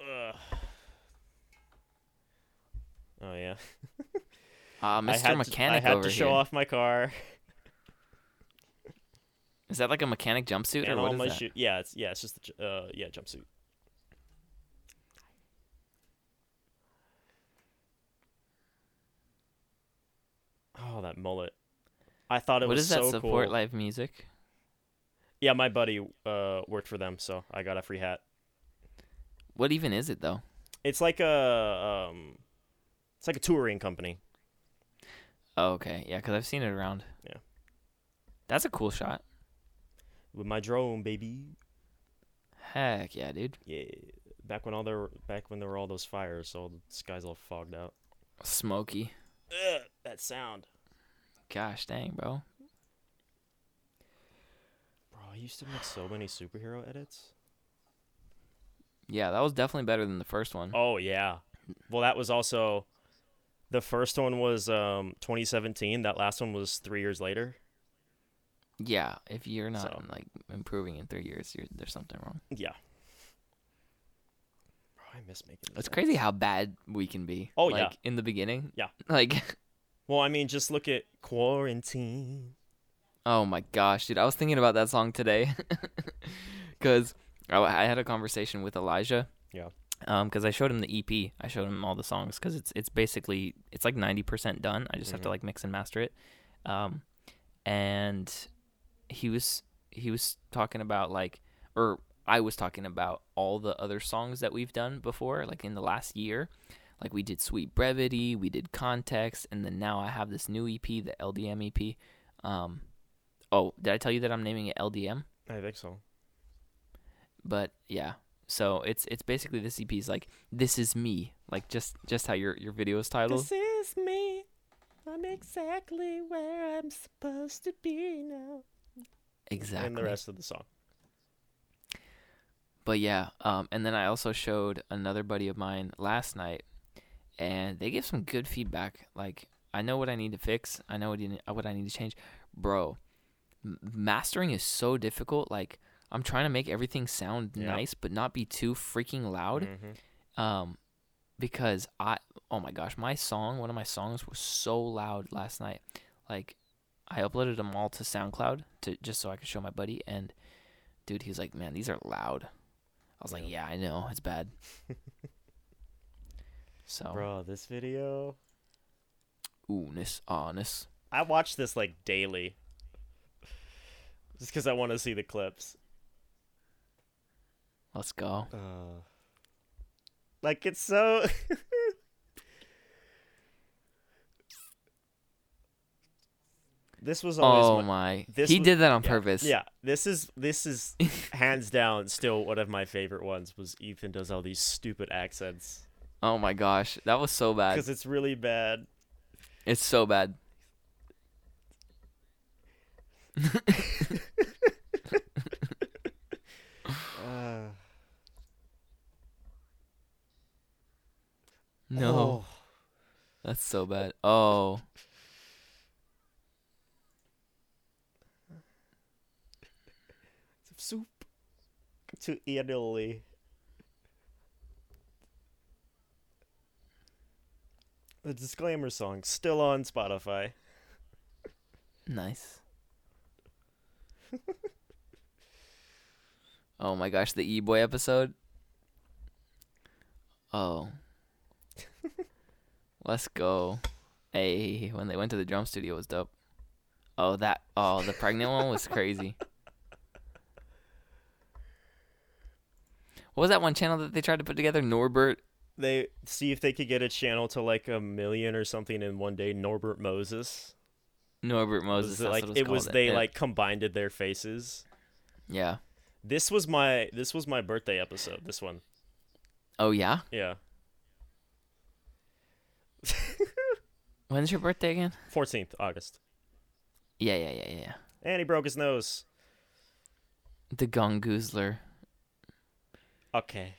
A: Ugh. Oh, yeah.
B: Uh,
A: I had
B: Mr. Mechanic
A: to, I had
B: over
A: to show
B: here.
A: off my car.
B: Is that like a mechanic jumpsuit or
A: and
B: what
A: all
B: is
A: my
B: that?
A: shoe- yeah, it's yeah, it's just the ju- uh yeah jumpsuit. Oh, that mullet! I thought it
B: What
A: was
B: does that
A: so
B: support
A: cool.
B: live music?
A: yeah, my buddy uh worked for them, so I got a free hat.
B: What even is it though?
A: It's like a um, it's like a touring company.
B: Oh, okay, yeah, because I've seen it around.
A: Yeah.
B: That's a cool shot.
A: With my drone, baby.
B: Heck yeah, dude.
A: Yeah, back when all there back when there were all those fires, so the sky's all fogged out.
B: Smoky.
A: Ugh, that sound.
B: Gosh dang, bro.
A: Bro, I used to make so many superhero edits.
B: Yeah, that was definitely better than the first one.
A: Oh yeah. Well, that was also the first one was um 2017. That last one was three years later.
B: Yeah, if you're not
A: So.
B: like improving in three years, you're, there's something wrong.
A: Yeah. Bro, I miss making. those edits.
B: It's crazy how bad we can be.
A: Oh,
B: like,
A: yeah.
B: in the beginning.
A: Yeah.
B: Like,
A: Well, I mean, just look at quarantine.
B: oh my gosh, dude, I was thinking about that song today, because I, I had a conversation with Elijah.
A: Yeah.
B: Um, because I showed him the EP. I showed him all the songs because it's it's basically it's like ninety percent done. I just have to
A: Mhm.
B: like mix and master it. Um, and he was he was talking about like or I was talking about all the other songs that we've done before, like in the last year. Like we did Sweet Brevity, we did Context, and then now I have this new EP, the LDM EP. E Um, oh, did I tell you that I'm naming it LDM?
A: I think so.
B: But yeah, so it's it's basically this EP is like this is me, like just just how your your video is titled.
A: is me. I'm exactly where I'm supposed to be now.
B: Exactly.
A: And the rest of the song.
B: But yeah, um, and then I also showed another buddy of mine last night, and they gave some good feedback. Like, I know what I need to fix. I know what, you, uh, what I need to change, bro. m- Mastering is so difficult. Like, I'm trying to make everything sound
A: Yeah.
B: nice, but not be too freaking loud.
A: Mhm.
B: Um, because I, oh my gosh, my song, one of my songs was so loud last night. Like, I uploaded them all to SoundCloud to just so I could show my buddy. And dude, he was like, "Man, these are loud." I was like,
A: Yeah.
B: "Yeah, I know, it's bad." so,
A: Bro, this video.
B: oohness, honest.
A: I watch this like daily. Just because I want to see the clips.
B: Let's go.
A: Uh, like it's so. this was always
B: Oh
A: my-
B: my!
A: this
B: he
A: was-
B: did that on
A: yeah,
B: purpose.
A: Yeah, this is this is hands down still one of my favorite ones. Was Ethan does all these stupid accents
B: Oh my gosh, that was so bad.
A: because it's really bad.
B: It's so bad.
A: Uh,
B: No,
A: Oh.
B: that's so bad. Oh.
A: soup to Italy. The disclaimer song still on Spotify.
B: Nice. oh my gosh, the E Boy episode. Oh. Let's go. Hey, when they went to the drum studio it was dope. Oh that oh the pregnant one was crazy. What was that one channel that they tried to put together? Norbert.
A: They see if they could get a channel to like a million or something in one day. Norbert Moses.
B: Norbert Moses.
A: was
B: that's
A: like
B: what
A: it was
B: called.
A: they
B: Yeah.
A: like combined their faces.
B: Yeah.
A: This was my this was my birthday episode. This one,
B: Oh yeah?
A: yeah,
B: When's your birthday again?
A: fourteenth August,
B: Yeah, yeah, yeah, yeah, yeah.
A: and he broke his nose.
B: The Gong Goozler.
A: Okay,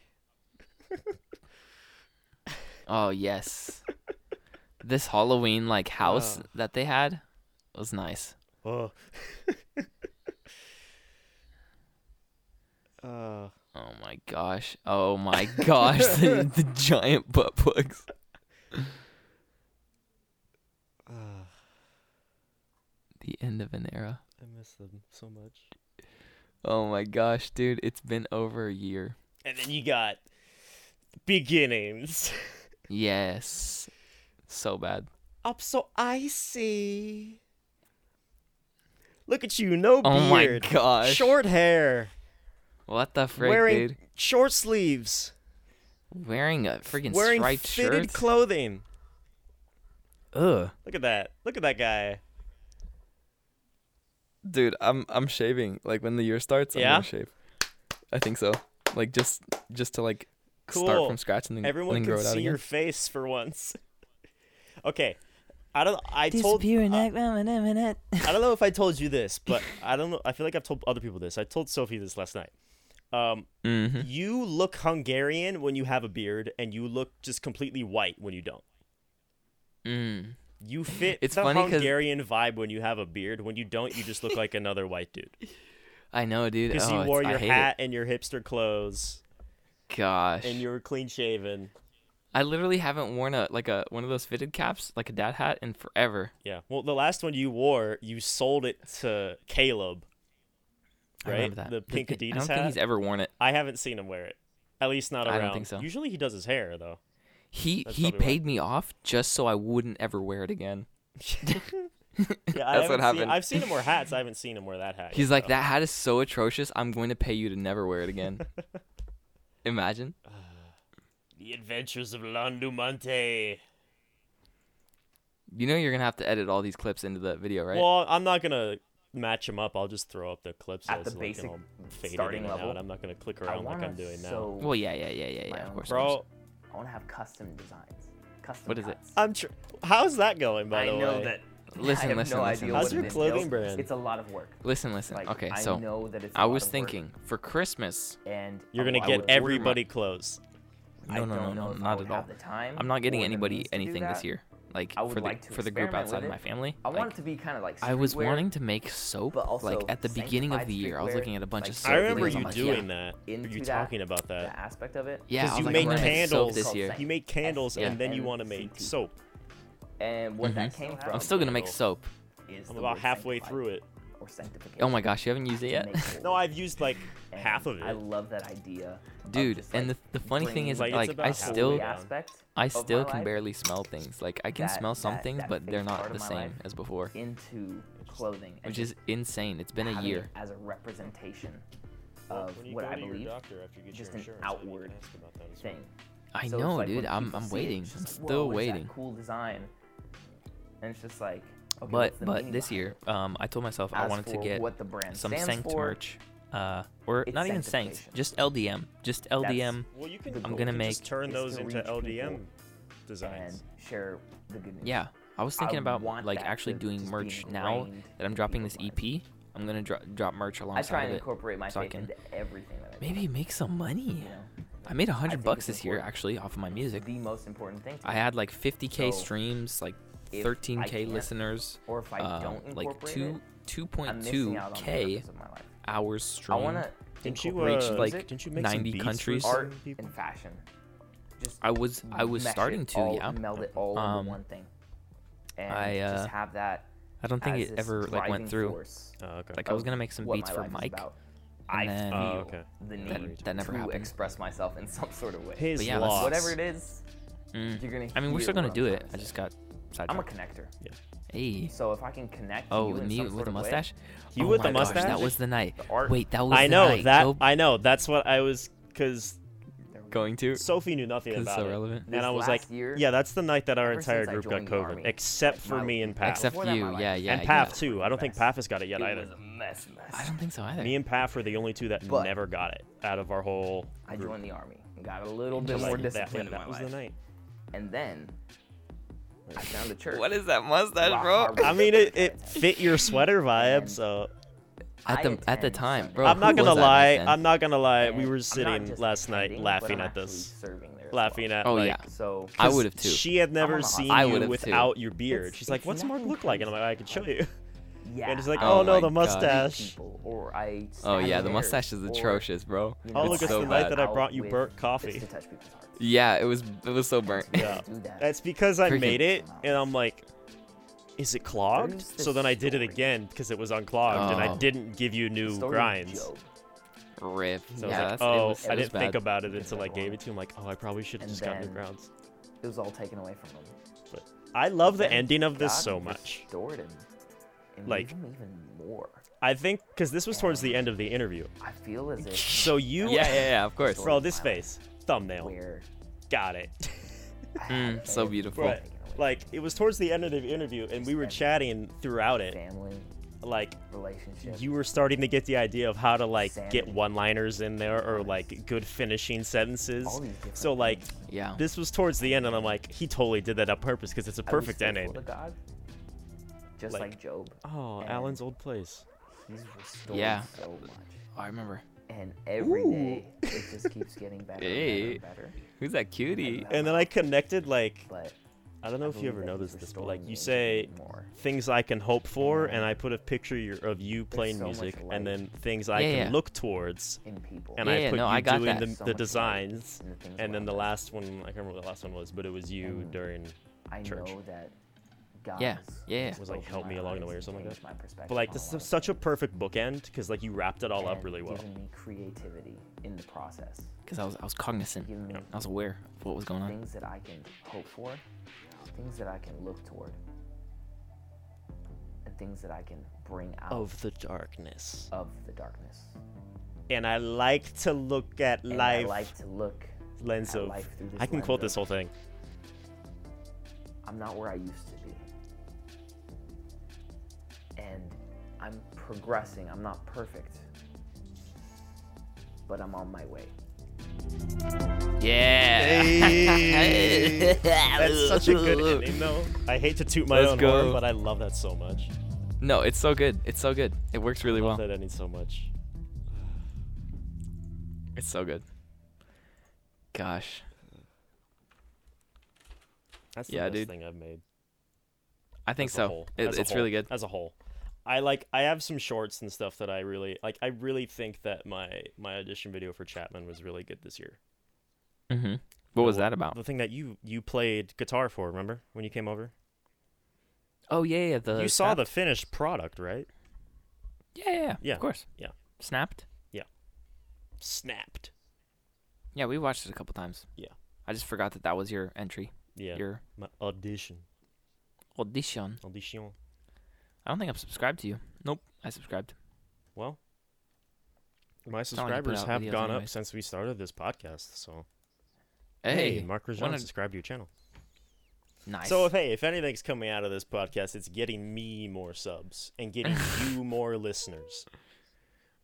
B: Oh yes. this Halloween like house
A: Uh.
B: that they had was nice.
A: oh, uh,
B: Oh my gosh. Oh my gosh. the, the giant butt plugs.
A: uh,
B: The end of an era.
A: I miss them so much.
B: Oh my gosh, dude, it's been over a year.
A: And then you got beginnings.
B: Yes. So bad.
A: Up so icy. Look at you, no
B: Oh my
A: beard,
B: gosh.
A: short hair,
B: What the frick,
A: wearing
B: dude?
A: short sleeves,
B: Wearing a freaking
A: wearing
B: striped
A: fitted
B: shirt.
A: clothing.
B: Ugh.
A: Look at that. Look at that guy.
B: Dude, I'm I'm shaving. Like when the year starts,
A: I'm Yeah? gonna
B: shave. I think so. Like just just to like
A: start Cool. from
B: scratch and then,
A: Everyone can see your face for once. okay. I don't. I told. I, I don't know if I told you this, but I don't know. I feel like I've told other people this. I told Sophie this last night. Um,
B: Mm-hmm.
A: you look Hungarian when you have a beard, and you look just completely white when you don't.
B: Mm.
A: You fit
B: It's
A: the
B: funny 'cause-
A: Hungarian vibe when you have a beard. When you don't, you just look like another white dude
B: I know, dude.
A: because
B: oh,
A: you
B: it's-
A: wore
B: I
A: your
B: hate it.
A: hat and your hipster clothes
B: Gosh.
A: and you were clean shaven.
B: I literally haven't worn a like a one of those fitted caps, like a dad hat, in forever.
A: Yeah. Well, the last one you wore, you sold it to Caleb.
B: I
A: Right,
B: remember that.
A: the pink
B: I
A: Adidas
B: don't think
A: hat.
B: he's ever worn it.
A: I haven't seen him wear it. At least not
B: I
A: around.
B: don't think so.
A: Usually he does his hair though.
B: He
A: That's
B: he
A: probably why.
B: paid me off just so I wouldn't ever wear it again.
A: Yeah, I
B: That's
A: haven't
B: what
A: Seen,
B: happened.
A: I've seen him wear hats. I haven't seen him wear that hat.
B: He's
A: yet,
B: like,
A: though.
B: that hat is so atrocious. I'm going to pay you to never wear it again. Imagine.
A: The Adventures of Landumonte.
B: You know you're gonna have to edit all these clips into the video, right?
A: Well, I'm not gonna match him up. I'll just throw up the clips
D: At
A: as
D: the
A: like,
D: basic
A: all faded
D: starting
A: in and
D: level,
A: Out. I'm not gonna click
D: I
A: around like
D: wanna
A: I'm doing now.
D: sew
B: Well, yeah, yeah, yeah, yeah, yeah.
D: my
B: Of
D: own
B: course. of course.
A: Bro,
D: I want to have custom designs. Custom
B: What is it?
D: cuts.
A: I'm. Tr- How's that going? By
D: I
A: the
D: know
A: way,
D: that.
B: Listen,
D: I have
B: listen,
D: no
B: listen,
D: idea
B: How's
D: what
A: your
D: it
A: clothing
D: entails.
A: brand?
D: It's a lot of work.
B: Listen, listen.
D: Like,
B: okay,
D: I
B: so
D: know that it's a
B: I
D: lot
B: was
D: of work,
B: thinking for Christmas.
D: and
A: you're
D: I-
A: gonna
D: I
A: get
D: would-
A: everybody clothes.
D: I
B: No, no,
D: don't
B: no,
D: know
B: no,
D: if I
B: not
D: would
B: at all.
D: have the time
B: I'm not getting
D: or the
B: anybody
D: means to do
B: anything
D: that.
B: this year. Like
D: I
B: for
D: would
B: the
D: like to
B: for the group
D: experiment
B: outside
D: with
B: of my
D: it.
B: family.
D: I want
B: like,
D: it to be kind of like.
B: I was
D: streetwear.
B: wanting to make soap
D: but also
B: like at the beginning of
D: sanctified
B: the year. I was
D: streetwear,
B: looking at a bunch
D: like
B: of soap.
A: I remember
B: things.
A: you
B: I'm like,
A: doing
B: yeah.
A: that. or
D: into
A: You
D: that-
A: talking about
D: that
A: that?
D: aspect of it.
B: Yeah, I
A: Because
B: was
A: you
B: like,
A: make
B: I'm gonna make soap
A: candles
B: this year.
A: You make candles and then you want to make
D: SMCT.
A: soap.
D: And what that
B: Mhm.
D: came from.
B: I'm still gonna make
A: candle.
B: soap.
D: Is
A: I'm
D: the
A: about
D: word
A: halfway
D: sanctified
A: through it.
D: Or sanctification.
B: Oh my gosh, you haven't used it
D: to
B: yet.
D: make holy.
A: No, I've used like
D: And
A: half of
D: I
A: it.
D: love that idea, of
B: Dude,
D: just,
B: and the,
D: like,
B: the funny thing
D: bringing
B: is
A: Like,
B: like,
A: it's about
B: I
D: the
A: halfway
B: still
D: holy
A: down.
D: aspect
B: I
D: of my
B: still can
D: life
B: barely smell things. Like I can
D: That-
B: smell some
D: that-
B: things,
D: that
B: but they're
D: phase part
B: not the
D: of my
B: same
D: life
B: as before,
D: into clothing, and
B: which
D: just
B: is insane. It's been a
D: having it
B: year.
D: as a representation of what I believe just an outward thing.
B: I
D: So it's
B: know,
D: like
B: dude.
D: when
B: I'm
D: people
B: I'm
D: see it,
B: waiting.
D: it's just
B: I'm
D: like, "Whoa,
B: still
D: what is that
B: waiting.
D: Cool design, and it's just like.
B: But
D: Okay, what's the
B: but
D: meaning
B: this
D: behind
B: year,
D: it?
B: um, I told myself I
D: As
B: wanted to
D: for
B: get
D: what the brand
B: some
D: stands
B: Sanct
D: for,
B: merch, uh, or
D: it's
B: not even Sanct,
D: sanctification.
B: just LDM, just LDM.
A: Well, you can.
D: The
A: I'm
D: goal
A: gonna
B: is
A: make
B: to
A: turn those into
D: reach people
A: LDM
D: and and
A: designs.
D: share the good news.
B: Yeah, I was thinking
D: I
B: about
D: want
B: like
D: that
B: actually
D: to
B: doing
D: just be
B: merch now
D: ingrained
B: that I'm
D: in
B: dropping this
D: people's
B: EP. I'm gonna dro- drop merch
D: I
B: alongside
D: try
B: of
D: and
B: it,
D: incorporate my
B: so I
D: faith
B: can
D: into everything that I do,
B: maybe make some money.
D: you know?
B: I made a
D: think
B: hundred bucks
D: it's
B: this year
D: important.
B: actually off of my music.
D: The most important thing. To
B: I
D: me.
B: had like 50k
D: So,
B: streams, like
D: if I
B: 13k
D: can't,
B: listeners,
D: or if I
B: uh,
D: don't
B: like
D: incorporate
B: two
D: I'm missing out on the
B: 2.2k
D: purpose of my life.
B: hours
D: I
B: stream.
D: want to
A: Didn't you
B: reach,
A: uh,
B: like,
A: didn't you make some
B: 90
A: beats for
B: countries?
A: some
D: art
A: people?
D: and fashion. Just
B: I was I was
D: mesh it
B: starting to,
D: all,
B: yeah.
D: Meld it all
B: Um,
D: into one thing. And
B: I, uh,
D: just have that.
B: I don't think
D: as
B: it
D: this
B: ever like
D: driving
B: went through.
D: force
A: Oh, okay.
B: Like I was
D: of
B: gonna make some
D: what
B: beats
D: my
B: for
D: life is
B: Mike.
D: about.
B: and
D: I
B: then-
D: feel
A: Oh, okay.
D: the
B: That-
D: need
B: that never
D: to
B: happened.
D: express myself in some sort of way.
A: His
B: yeah, let's-
A: loss.
D: Whatever it is,
B: Mm.
D: you're gonna.
B: I mean, we're
D: hear
B: still gonna
D: what I'm
B: do
D: trying
B: it.
D: to
B: I
D: say.
B: just got
D: I'm a
B: sidetracked.
D: connector,
B: Hey.
D: so if I can connect.
B: Oh,
D: you in
B: me
D: some
B: with
D: sort
B: the
D: of way,
B: mustache.
A: You
B: Oh
A: with the
B: my gosh,
A: mustache?
B: that was the night.
D: The art-
B: Wait, that was.
A: I
B: the
A: know
B: night.
A: that.
B: Go-
A: I know that's what I was because
D: there we go.
B: going to.
A: Sophie knew nothing
B: 'Cause it's
A: about
B: so
A: it,
B: relevant.
A: and
D: This
A: I was like,
D: last year,
A: "Yeah, that's the night that our
D: ever
A: entire
D: since I
A: group got
D: joined the
A: COVID,
D: army,
A: except
D: like,
A: for
D: my-
A: me and Path,
B: Except
D: Before that, my
B: you.
D: life-
B: Yeah, yeah.
A: and
B: yeah.
A: Path too. I don't think Path has got it yet
D: It
A: either.
D: was a mess, mess.
B: I don't think so either.
A: Me and Path were the only two that
D: But-
A: never got it out of our whole.
D: I
A: group.
D: joined the army and got a little bit
A: Just
D: more
A: like that-
D: discipline
A: yeah,
D: in my
A: that was
D: life.
A: the night.
D: And then I found a church.
B: What is that mustache,
D: Rock
B: bro?
D: Harbor
A: I mean, it,
D: Church.
A: it fit your sweater vibe,
D: And-
A: so
B: At
D: I
B: the at the
D: attend
B: time,
D: Sunday.
B: bro.
A: I'm
B: who
A: not gonna
B: was that
A: lie.
B: back then?
A: I'm not gonna lie.
D: And
A: We were
D: I'm not
A: sitting
D: just
A: last night
D: attending,
A: laughing
D: but I'm
A: at this,
D: actually serving there as
A: laughing at
B: Oh
A: like.
B: yeah.
D: well. So
B: I would've too.
A: She had never
D: on the
A: seen
D: hot
B: I
A: you
B: would've too.
A: without your beard.
D: Oh, It's-
A: She's like,
D: it's
A: "What's Mark
D: nothing
A: look like?" And I'm like, "I can show
D: compared
A: you."
D: yeah,
A: And she's like,
D: I
A: "Oh,
B: Oh
A: no,
B: my
A: the
B: God.
A: mustache."
D: people, or I
B: Oh
D: stab
B: yeah, the
D: bears,
B: mustache is
D: or,
B: atrocious, bro.
D: you
A: Oh,
D: know,
A: look,
B: it's
A: it's
B: so
A: the
B: bad.
A: night that I
D: out
A: brought you
D: with-
A: burnt
D: it's
A: coffee.
D: to touch people's hearts.
B: Yeah, it was it was so burnt.
A: Yeah,
D: Do that.
A: that's because I
B: Freaking-
A: made it, and I'm like, "Is it clogged?"
D: There's this
A: So then I did it
D: story.
A: again because it was unclogged, and I
B: Oh.
A: didn't give you
D: The
A: new
D: story of
A: grinds.
D: Job.
B: Rip.
A: So
B: yeah,
A: I was
B: that's,
A: like,
B: it
A: oh,
B: was, it
A: I
B: was
A: didn't think
B: bad.
A: about it
D: Because
A: until I
D: that's
A: gave
D: wrong.
A: it to him. Like, oh, I probably should have
D: And
A: just gotten new
D: then-
A: grounds.
D: It was all taken away from him.
A: But I love the
D: Then
A: ending of this
D: God
A: so much.
D: Restored him. And
A: Like-
D: gave him even more.
A: I think because this was towards the end of the interview.
D: I feel as if
A: So you,
B: Yeah, yeah, yeah. Of course.
A: bro, this face, thumbnail,
D: where
A: got it.
B: Mm,
D: I had
B: so
D: everything
B: beautiful.
A: But
D: taken away.
A: like, it was towards the end of the interview, and we were chatting throughout it,
D: family,
A: like
D: relationship.
A: you were starting to get the idea of how to like get
D: Sanity.
A: one-liners in there or like good finishing sentences.
D: All these different
A: So like
D: things.
B: Yeah.
A: this was towards the end, and I'm like, he totally did that on purpose because it's a
D: I was
A: perfect
D: faithful
A: ending.
D: To God, just
A: Like-
D: like, Job,
A: Oh,
D: And-
A: Alan's old place.
D: he's restored
B: Yeah.
D: so much.
B: Oh, I remember.
D: and every day
A: Ooh.
D: it just keeps getting better,
B: Hey.
D: and better, and better.
B: Who's that cutie?
D: Yeah.
A: And then I connected like
D: But
A: I don't know if you
D: believe
A: ever
D: that he's
A: noticed this, but
D: restoring
A: like
D: me
A: you
D: into
A: say
D: being more.
A: things I can hope for, and I put a picture your- of you playing
D: so much
A: music,
D: light.
A: and then things I
B: Yeah,
A: can
B: yeah.
A: look towards,
D: in people.
A: and
B: Yeah,
A: I put
B: no,
A: you
B: I got
A: doing
B: that.
A: the, the
D: So much light Mm.
A: designs,
D: in the things
A: and then
D: around
A: the
D: us.
A: last one I can't remember what the last one was, but it was you
D: And
A: during.
D: I
A: church.
D: know that God
B: Yeah,
D: has
B: yeah.
A: Was, like,
D: opened
A: help
D: my
A: me along the
D: eyes
A: way or
D: and
A: something like
D: changed my perspective
A: But like
D: on
A: this
D: a lot
A: is
D: of
A: such a
D: things
A: perfect bookend because like you wrapped it all up
D: and
A: really well.
D: Given me creativity in the process,
B: Because I was, I was cognizant.
D: given me
B: I was aware of what was going on.
D: things that I can hope for, things that I can look toward, and things that I can bring out of,
A: Of the darkness,
D: the darkness.
A: and I like to look at
D: And
A: life
D: I like to look.
A: lens
D: at
A: of.
D: life through this
A: I can
D: lens
A: quote
D: of-
A: this whole thing.
D: I'm not where I used to be. And I'm progressing. I'm not perfect, but I'm on my way.
B: Yeah.
A: Hey. That's such a good ending, though. I hate to toot my
B: Let's
A: own
B: go.
A: horn, but I love that so much.
B: no, it's so good. It's so good. It works really well.
A: That ending so much.
B: It's so good. Gosh.
A: That's the
B: Yeah,
A: best
B: dude.
A: thing I've made.
B: I think
A: as a
B: so.
A: whole.
B: It,
A: As a
B: it's really
A: whole.
B: good.
A: as a whole. I like. I have some shorts and stuff that I really like. I really think that my my audition video for Chapman was really good this year.
B: Mm-hmm. What was
A: what-
B: that about?
A: The thing that you you played guitar for, remember when you came over?
B: Oh, yeah, yeah. The
A: you saw
B: snap-
A: the finished product, right?
B: Yeah, yeah, yeah.
A: Yeah,
B: Of course.
A: yeah.
B: Snapped?
A: Snapped.
B: Yeah, we watched it a couple times.
A: Yeah.
B: I just forgot that that was your entry,
A: Yeah.
B: your
A: my audition.
B: audition.
A: Audition.
B: I don't think I'm subscribed to you. Nope, I subscribed.
A: Well, my
B: not like you put
A: subscribers
B: out
A: have
B: videos
A: gone up
B: anyways.
A: since we started this podcast. So
B: Hey,
A: Mark Rajon
B: wanna-
A: subscribed to your channel.
B: nice.
A: So if hey, if anything's coming out of this podcast, it's getting me more subs and getting you more listeners.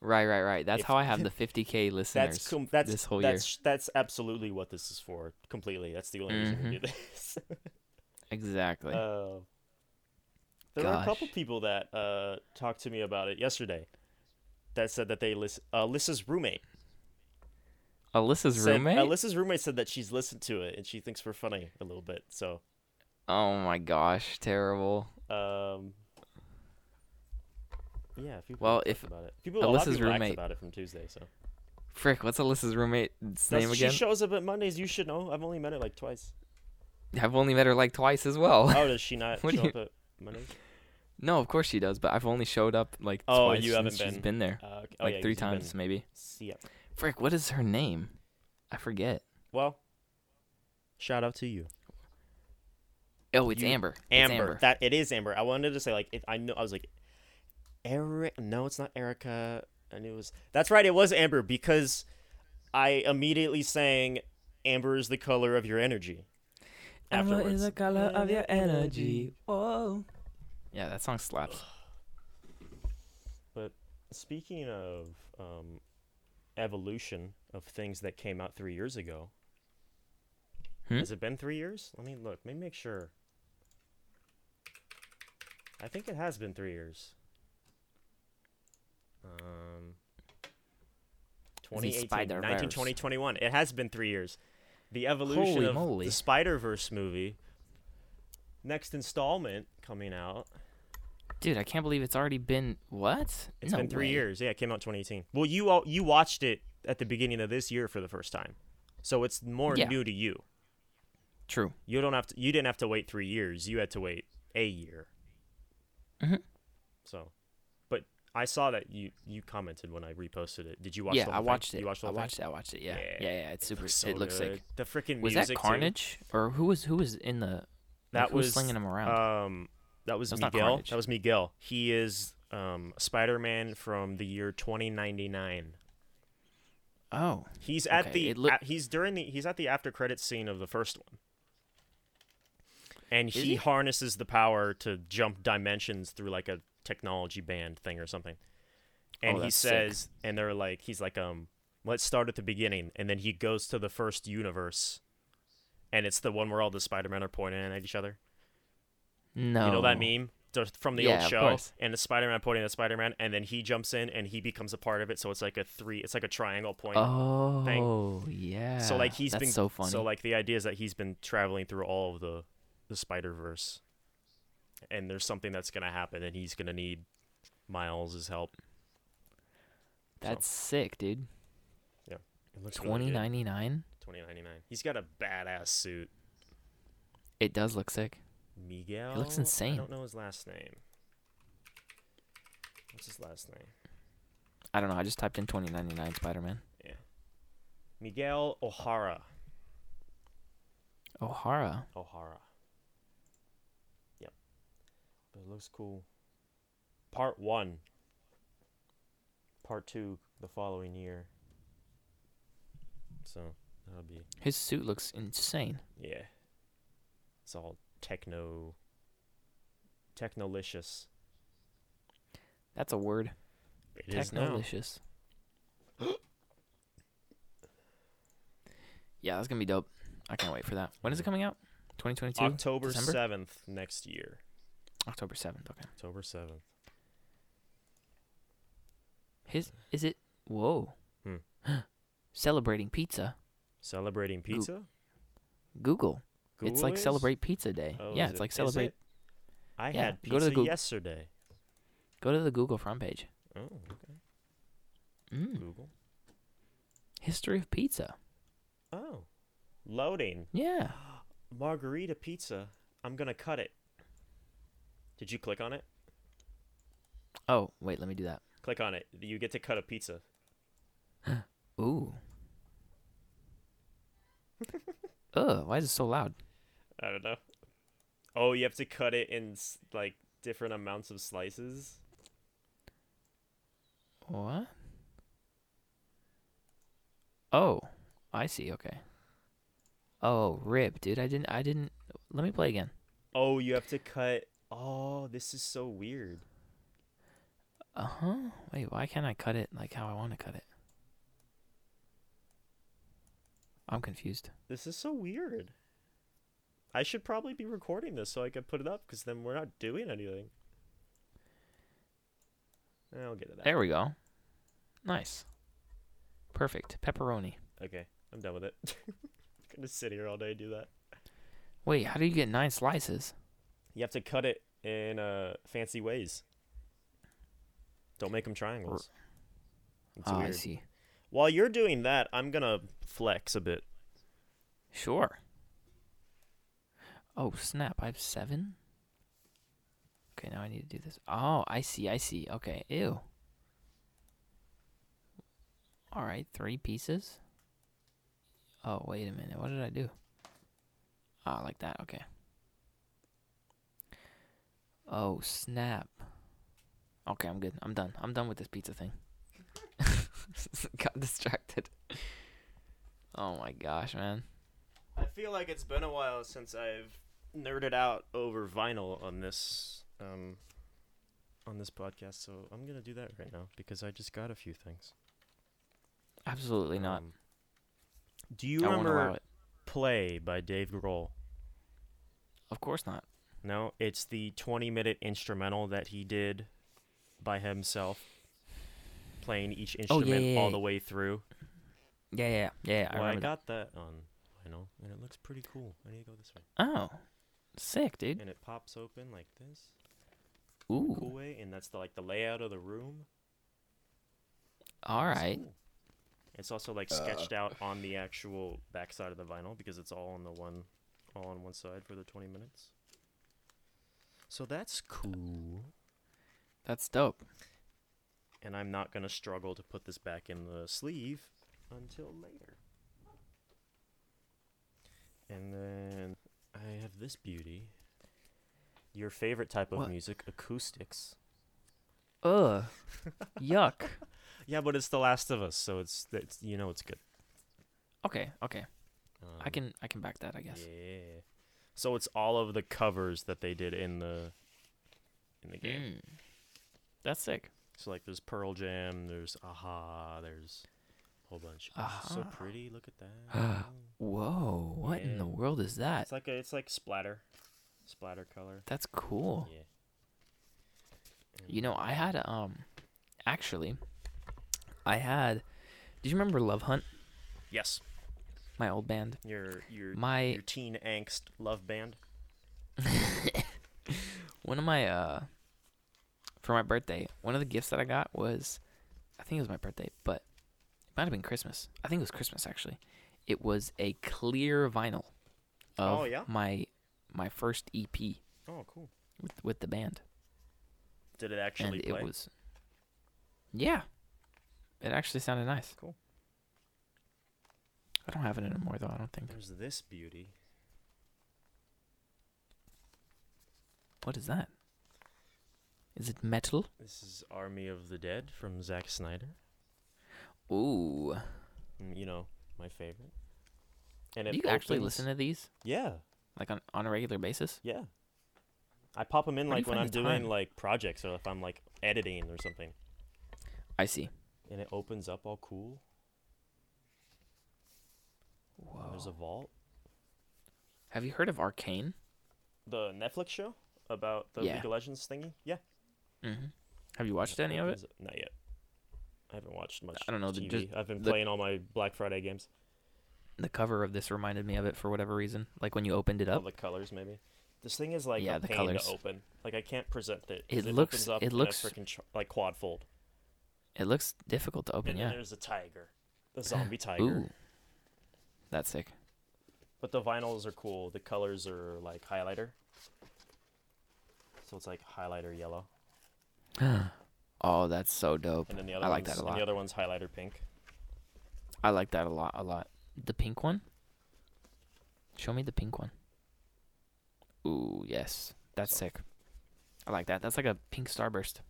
B: right, right, right. That's
A: if-
B: how I have the 50k listeners.
A: That's com- that's
B: this whole year.
A: that's that's absolutely what this is for. Completely. That's the only reason
B: Mm-hmm.
A: we do this.
B: Exactly.
A: Uh, there were a couple
B: Gosh.
A: people that uh, talked to me about it yesterday. That said that they listen. Uh, Alyssa's roommate.
B: Alyssa's
A: said-
B: roommate.
A: Alyssa's roommate said that she's listened to it and she thinks we're funny a little bit. So,
B: oh my gosh, terrible.
A: um, yeah. People
B: Well,
A: talked
B: if
A: about it. people, a lot of
B: Alyssa's
A: people asked
B: roommate-
A: about it from Tuesday. So
B: Frick, what's Alyssa's roommate's name
A: That's-
B: again?
A: She shows up at Mondays. You should know. I've only met her like twice.
B: I've only met her like twice as well.
A: Oh, does she not
B: What do
A: show
B: you-
A: up at Mondays?
B: no, of course she does, but I've only showed up like
A: Oh,
B: twice
A: you
B: since
A: haven't
B: she's
A: been.
B: been there.
A: Uh, okay. Oh,
B: like
A: yeah,
B: three
A: you've been-
B: times maybe.
A: See ya.
B: Frick, what is her name? I forget.
A: Well, shout out to you.
B: Oh, it's
A: You-
B: Amber.
A: Amber.
B: It's Amber.
A: That it is Amber. I wanted to say like it, I know I was like Eric. No, it's not Erica. And it was that's right. It was Amber because I immediately sang Amber is the color of your energy. Afterwards,
B: color of your energy. Oh. Yeah, that song slaps.
A: but speaking of um, evolution of things that came out three years ago,
B: Hmm?
A: has it been three years? Let me look. Let me make sure. I think it has been three years. Um,
B: The
A: 2018,
B: Spider-Verse.
A: 19, 20, 21. It has been three years. The evolution
B: Holy
A: of
B: moly.
A: the Spider Verse movie. Next installment coming out.
B: Dude, I can't believe it's already been what?
A: It's
B: No
A: been three
B: way.
A: years. Yeah, it came out in 2018. Well, you all you watched it at the beginning of this year for the first time, so it's more
B: Yeah.
A: new to you.
B: True.
A: You don't have to. You didn't have to wait three years. You had to wait a year.
B: Mhm.
A: So, but I saw that you you commented when I reposted it. Did you watch?
B: Yeah,
A: the whole
B: I
A: thing?
B: watched it.
A: You watched the
B: I
A: whole
B: watched it. I watched it. Yeah.
A: Yeah.
B: Yeah, yeah. it's
A: Thing?
B: super. it looks
A: good.
B: like.
A: the freaking
B: Was that
A: music. too.
B: Carnage or who was who was in the? like,
A: That
B: who was,
A: was
B: slinging him around.
A: Um, that was
B: That's not
A: Miguel.
B: Carnage.
A: That was Miguel. He is um Spider-Man from the year 2099.
B: oh,
A: He's at
B: Okay,
A: the
B: it loo-
A: a- he's during the he's at the after credit scene of the first one. And he,
B: he?
A: harnesses the power to jump dimensions through like a technology band thing or something. And he says,
B: Oh, sick.
A: and they're like, he's like, um, let's start at the beginning, and then he goes to the first universe, and it's the one where all the Spider-Men are pointing at each other.
B: No.
A: You know that meme Just from the
B: Oh. Yeah,
A: old
B: of
A: show,
B: course.
A: and the Spider-Man pointing at Spider-Man, and then he jumps in and he becomes a part of it. So it's like a three, it's like a triangle point.
B: Oh, yeah.
A: so like
B: he's
A: he's been
B: Ah, so funny.
A: like the idea is that he's been traveling through all of the the Spider Verse, and there's something that's gonna happen, and he's gonna need Miles' help.
B: That's sick, dude.
A: It looks really
B: Twenty
A: good.
B: ninety nine.
A: 2099. He's got a badass suit.
B: It does look sick.
A: Miguel. I
B: insane.
A: don't know his last name. What's his last name?
B: I don't know. I just typed in twenty ninety nine Spider Man.
A: Miguel O'Hara.
B: O'Hara.
A: O'Hara. Yep. But it looks cool. Part one. Part two the following year. So that'll be
B: His suit looks insane.
A: yeah. It's all techno technolicious.
B: That's a word.
A: It is now.
B: Technolicious. yeah, that's gonna be dope. I can't wait for that. When is it
A: Mhm.
B: coming out? Twenty twenty two.
A: October
B: December?
A: seventh next year.
B: October seventh. Okay.
A: October seventh.
B: His is it? Whoa.
A: Hmm.
B: Celebrating pizza.
A: Celebrating pizza?
B: Google. it's like
A: Google is?
B: celebrate pizza day.
A: Oh,
B: yeah,
A: is
B: it's
A: it-
B: like
A: is
B: celebrate.
A: it? I
B: Yeah,
A: had
B: go to the
A: pizza
B: Goog-
A: yesterday.
B: Go to the Google front page.
A: Oh, okay.
B: Mm.
A: Google.
B: History of pizza.
A: Oh. Loading.
B: Yeah.
A: Margarita pizza. I'm gonna cut it. Did you click on it?
B: Oh wait, let me do that.
A: Click on it. You get to cut a pizza.
B: Ooh. Ugh, why is it so loud?
A: I don't know. Oh, you have to cut it in s- like different amounts of slices.
B: What? Oh, I see. Okay. Oh, rip, dude. I didn't. I didn't. Let me play again.
A: Oh, you have to cut. Oh, this is so weird.
B: Uh huh. Wait, why can't I cut it like how I want to cut it? I'm confused.
A: This is so weird. I should probably be recording this so I could put it up because then we're not doing anything. I'll get to that.
B: There we go. Nice. Perfect. Pepperoni.
A: Okay, I'm done with it. I'm gonna sit here all day and do that.
B: Wait, how do you get nine slices?
A: You have to cut it in uh, fancy ways. Don't make them triangles. It's
B: oh, I
A: weird.
B: see.
A: While you're doing that, I'm gonna flex a bit.
B: Sure. Oh, snap. I have seven? Okay, now I need to do this. Oh, I see. I see. Okay. Ew. All right, three pieces. Oh, wait a minute. What did I do? Ah, like that. Okay. Oh, snap. Okay, I'm good. I'm done. I'm done with this pizza thing. Got distracted. Oh my gosh, man.
A: I feel like it's been a while since I've nerded out over vinyl on this um, on this podcast, so I'm gonna do that right now because I just got a few things.
B: Absolutely not.
A: Um, do you
B: I won't allow
A: remember
B: it.
A: "Play" by Dave Grohl?
B: Of course not.
A: No, it's the 20 minute instrumental that he did by himself, playing each
B: Oh, yeah,
A: instrument
B: yeah,
A: all
B: yeah.
A: the way through.
B: Yeah, yeah, yeah. yeah, I
A: well, I
B: remember
A: got that on vinyl, and it looks pretty cool. I need to go this way.
B: that. Oh, sick, dude.
A: And it pops open like this, cool
B: Ooh,
A: way, and that's the, like the layout of the room.
B: all
A: It's
B: right.
A: cool. It's also like sketched out on the actual backside of the vinyl because it's all on the one, all on one side for the 20 minutes. So that's cool.
B: That's dope.
A: and I'm not gonna struggle to put this back in the sleeve until later. And then I have this beauty. Your favorite type of
B: What?
A: music, acoustics.
B: Ugh, yuck.
A: Yeah, but it's The Last of Us, so it's it's you know it's good.
B: Okay, okay. I
A: Um,
B: can, I can back that, I guess.
A: Yeah. So it's all of the covers that they did in the in the game.
B: Mm. That's sick.
A: So like there's Pearl Jam, there's Aha, there's a whole bunch. It's So
B: Aha.
A: pretty. Look at that.
B: Whoa, what in the
A: Yeah.
B: world is that?
A: it's like a, it's like splatter, splatter color.
B: That's cool.
A: Yeah.
B: You know, I had um actually I had Do you remember Love Hunt,
A: Yes.
B: my old band?
A: Your your
B: My
A: your teen angst love band.
B: one of my uh for my birthday, one of the gifts that I got was I think it was my birthday, but it might have been Christmas. I think it was Christmas actually. It was a clear vinyl of
A: Oh, yeah?
B: my my first EP
A: Oh, cool.
B: with, with the band.
A: Did it actually
B: and
A: play?
B: it was yeah it actually sounded nice
A: Cool.
B: i don't have it anymore though i don't think
A: There's this beauty.
B: what is that is it metal
A: This is Army of the Dead from Zack Snyder.
B: ooh
A: Mm, You know, my favorite. And
B: do you actually listen to these
A: Yeah,
B: like on, on a regular basis
A: yeah. I pop them in
B: Where do you
A: like when
B: find
A: I'm
B: the
A: doing
B: time?
A: like projects or if I'm like editing or something,
B: i see
A: and it opens up all cool. and There's a
B: Whoa.
A: vault.
B: have you heard of arcane
A: The Netflix show about the
B: Yeah.
A: League of Legends thingy. Yeah.
B: mm-hmm. have you watched any of it
A: opens up- Not yet. I haven't watched much.
B: I don't know, the-
A: TV.
B: just
A: I've been
B: the-
A: playing all my Black Friday games.
B: the cover of this reminded me of it for whatever reason like when you opened it
A: All
B: up
A: the colors, maybe. This thing is like
B: Yeah,
A: a
B: the
A: pain
B: colours.
A: to open. Like I can't present it. 'cause
B: It looks-
A: opens up
B: it
A: in a
B: looks-
A: frickin' ch- like quad fold.
B: it looks difficult to open
A: And then
B: yeah
A: there's a tiger, a zombie tiger.
B: ooh that's sick
A: But the vinyls are cool. The colors are like highlighter. So it's like highlighter yellow,
B: oh that's so dope
A: and then the other
B: i like
A: ones,
B: that a
A: And
B: lot
A: the other one's highlighter pink.
B: I like that a lot, a lot. The pink one? Show me the pink one. Ooh, yes. That's
A: So-
B: sick. I like that. That's like a pink starburst.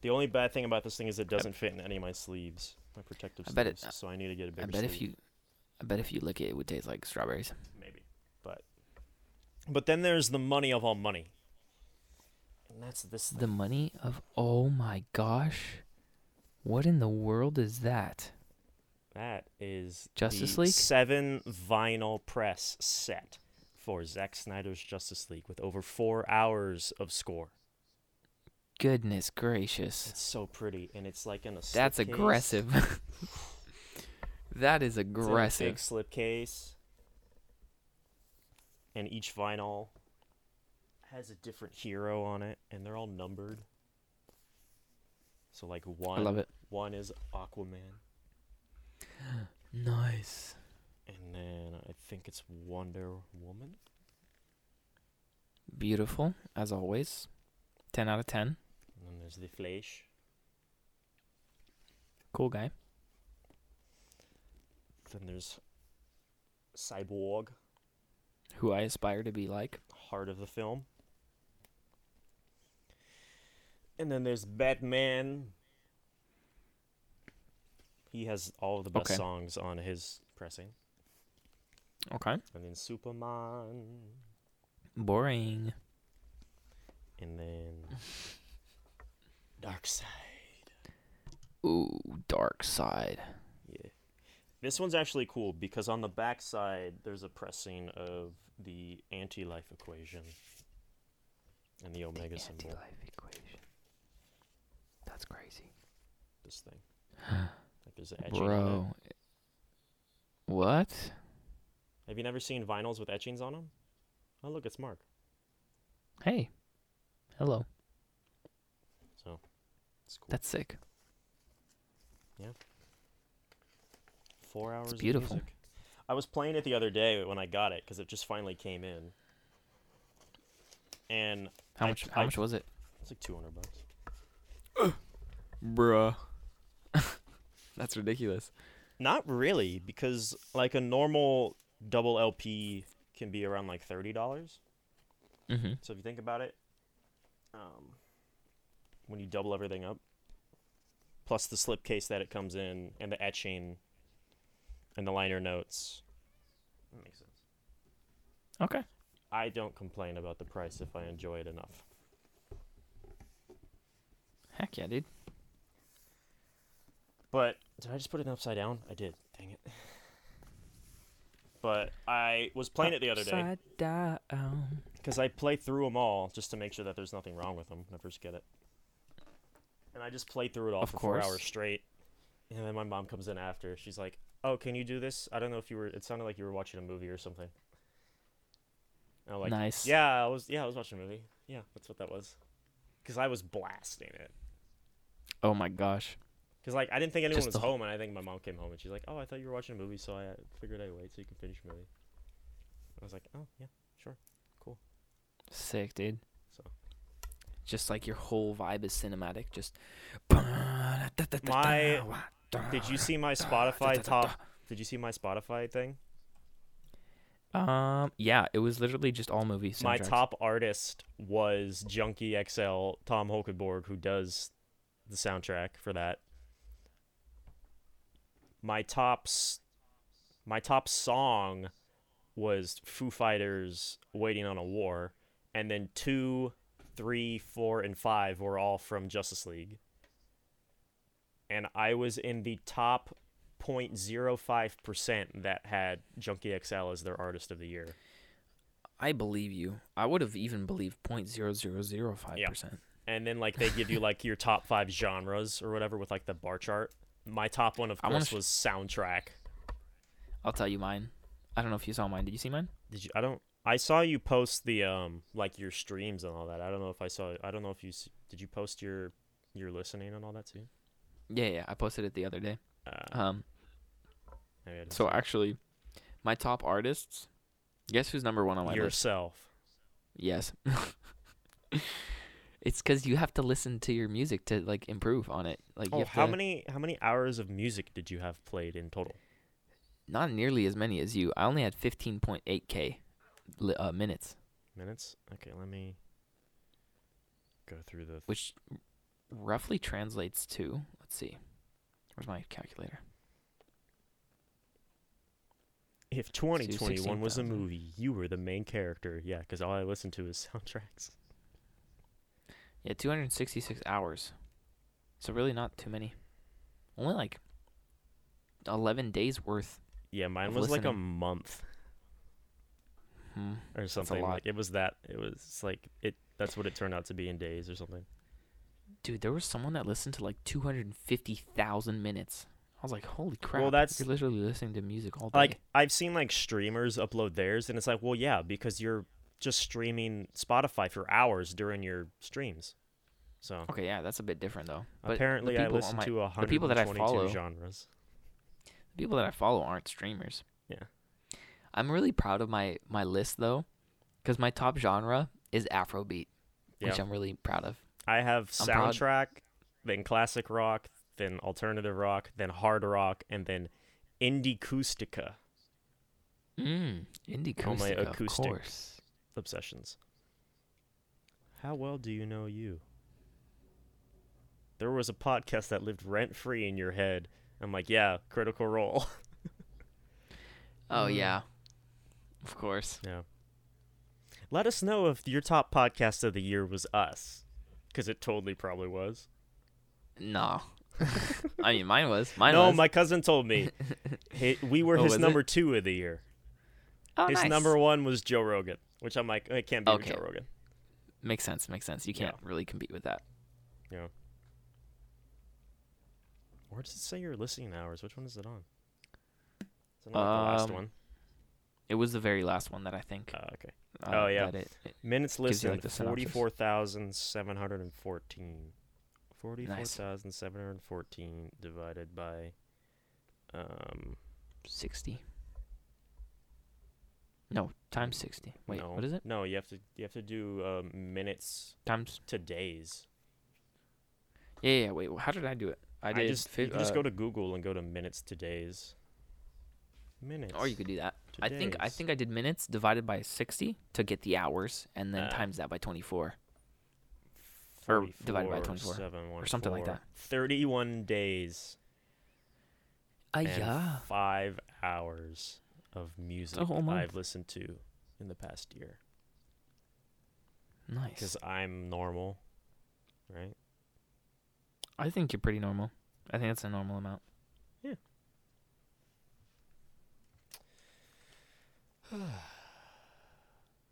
A: The only bad thing about this thing is it doesn't fit in any of my sleeves, my protective
B: I
A: sleeves.
B: bet it-
A: so I need to get a
B: I
A: bigger
B: bet if
A: sleeve.
B: you I bet if you lick it it would taste like strawberries.
A: maybe. But but then there's the money of all money. And that's this thing.
B: The money of oh my gosh. What in the world is that?
A: that is
B: Justice
A: the
B: League?
A: seven vinyl press set for Zack Snyder's Justice League with over four hours of score.
B: Goodness gracious.
A: It's so pretty, and it's like in a slipcase.
B: That's aggressive. that
A: It's
B: is
A: in a big
B: aggressive.
A: slipcase, and each vinyl has a different hero on it, and they're all numbered. So like
B: I
A: one,
B: love it.
A: one is Aquaman,
B: Nice.
A: and then I think it's Wonder Woman.
B: Beautiful as always. 10 out of 10.
A: And then there's the Flash.
B: Cool guy.
A: Then there's Cyborg,
B: Who I aspire to be like.
A: heart of the film. And then there's Batman. He has all the best
B: Okay.
A: songs on his pressing.
B: Okay.
A: And then Superman.
B: Boring.
A: And then Dark Side.
B: Ooh, dark side.
A: Yeah. This one's actually cool because on the back side there's a pressing of the anti life equation and the omega symbol.
B: equation. That's crazy.
A: This thing. Like there's an etching on it.
B: Bro. What?
A: Have you never seen vinyls with etchings on them? Oh, look, it's Mark.
B: Hey. Hello.
A: So, it's cool.
B: That's sick.
A: Four hours
B: beautiful.
A: of music. I was playing it the other day when I got it because it just finally came in. And
B: How
A: I-
B: much how
A: I-
B: much was it?
A: it's like 200 bucks.
B: Bruh. That's ridiculous.
A: Not really, because like a normal double LP can be around like $30.
B: Mm-hmm.
A: So if you think about it, um, when you double everything up, plus the slipcase that it comes in, and the etching, and the liner notes, that makes sense.
B: Okay.
A: I don't complain about the price if I enjoy it enough.
B: Heck yeah, dude.
A: But did I just put it upside down? I did. Dang it. But I was playing it the other day
B: Upside down.
A: because I play through them all just to make sure that there's nothing wrong with them when I first get it. And I just played through it all
B: Of
A: for four
B: course.
A: hours straight. And then my mom comes in after. She's like, "Oh, can you do this? I don't know if you were. It sounded like you were watching a movie or something." And I'm like,
B: nice.
A: "Yeah, I was. Yeah, I was watching a movie. Yeah, that's what that was." Because I was blasting it.
B: Oh my gosh.
A: Because like I didn't think anyone
B: Just
A: was
B: the whole-
A: home, and I think my mom came home and she's like, "Oh, I thought you were watching a movie, so I uh, figured I'd wait so you could finish your movie." I was like, "Oh yeah,
B: Sick, dude.
A: So.
B: Just like your whole vibe is cinematic. Just.
A: My- did you see my Spotify top? Did you see my Spotify thing?
B: Um. Yeah, it was literally just all movies.
A: My top artist was Junkie XL Tom Holkenborg, who does the soundtrack for that. My tops, my top song was Foo Fighters "Waiting on a War," and then two, three, four, and five were all from Justice League. And I was in the top 0.05 percent that had Junkie XL as their artist of the year.
B: I believe you. I would have even believed point zero zero zero five percent.
A: and then like they give you like your top five genres or whatever with like the bar chart. My top one, of
B: I wanna
A: course,
B: sh-
A: was soundtrack.
B: I'll tell you mine. I don't know if you saw mine. Did you see mine?
A: Did you? I don't. I saw you post the um like your streams and all that. I don't know if I saw. I don't know if you s- did. You post your your listening and all that too.
B: Yeah, yeah. I posted it the other day.
A: Uh,
B: Um.
A: maybe I didn't
B: So
A: see
B: actually, my top artists. Guess who's number one on my
A: it.
B: list?
A: yourself.
B: Yes. it's because you have to listen to your music to like improve on it. Like you
A: Oh,
B: have
A: how
B: to,
A: many how many hours of music did you have played in total?
B: Not nearly as many as you. I only had fifteen point eight k uh, minutes,
A: Minutes. Okay, let me go through the.
B: which roughly translates to. Let's see. Where's my calculator?
A: If 2021 was a
B: 16,000.
A: movie, you were the main character. Yeah, because all I listen to is soundtracks.
B: Yeah, 266 hours. So really not too many. Only like 11 days worth.
A: Yeah, mine
B: of
A: was like a
B: listening.
A: month
B: Hmm.
A: or something.
B: lot.
A: Like it was that. It was like it. That's what it turned out to be in days or something.
B: Dude, there was someone that listened to like 250,000 minutes. I was like, holy crap.
A: that's-
B: You're literally listening to music all day.
A: Like I've seen like streamers upload theirs, and it's like, well, yeah, because you're just streaming Spotify for hours during your streams. So
B: okay, yeah, that's a bit different though. But the
A: apparently, I
B: people on
A: listen
B: my-
A: to
B: the people that I
A: 122
B: follow-
A: genres.
B: the people that I follow aren't streamers.
A: Yeah.
B: I'm really proud of my my list though, because my top genre is Afrobeat,
A: Yeah,
B: which I'm really proud of.
A: I have
B: I'm proud.
A: soundtrack, then classic rock, then alternative rock, then hard rock, and then indie acoustica
B: Mm, indie acoustic,
A: Oh, my
B: of
A: acoustic.
B: course.
A: obsessions. How well do you know you? There was a podcast that lived rent free in your head. I'm like, yeah, Critical Role.
B: Oh
A: Mm.
B: yeah, of course.
A: yeah. Let us know if your top podcast of the year was us, because it totally probably was.
B: No, I mean mine was mine.
A: no,
B: was.
A: my cousin told me He- we were
B: Oh,
A: his
B: was it?
A: number two of the year.
B: oh,
A: his
B: nice.
A: number one was Joe Rogan, which I'm like, it can't be with
B: Okay.
A: Joe Rogan.
B: makes sense. Makes sense. You
A: Yeah.
B: can't really compete with that.
A: Where does it say your listening hours? Which one is it on? Is it on like, the last
B: Um,
A: one?
B: It was the very last one that I think.
A: Uh, okay.
B: uh,
A: oh, yeah.
B: that it- it-
A: Minutes
B: Gives you,
A: listened
B: like, the synopsis.
A: 44,714. 44,714 divided by um
B: sixty. No, times sixty. Wait,
A: no.
B: what is it?
A: No, you have to you have to do uh, minutes
B: Times.
A: to days.
B: Yeah, yeah. yeah, Wait, how did I do it? I did.
A: just
B: fif-
A: you can just
B: uh,
A: go to Google and go to minutes to days. Minutes.
B: Or oh, you could do that.
A: to
B: I think I
A: days.
B: think I did minutes divided by sixty to get the hours, and then
A: Uh,
B: times that by twenty four. or divided by 24,
A: 714,
B: or something like that.
A: 31 days
B: Ah,
A: and
B: yeah. Oh,
A: 5 hours of music
B: whole month.
A: I've listened to in the past year.
B: Nice.
A: because I'm normal, right?
B: I think you're pretty normal. I think that's a normal amount.
A: Yeah.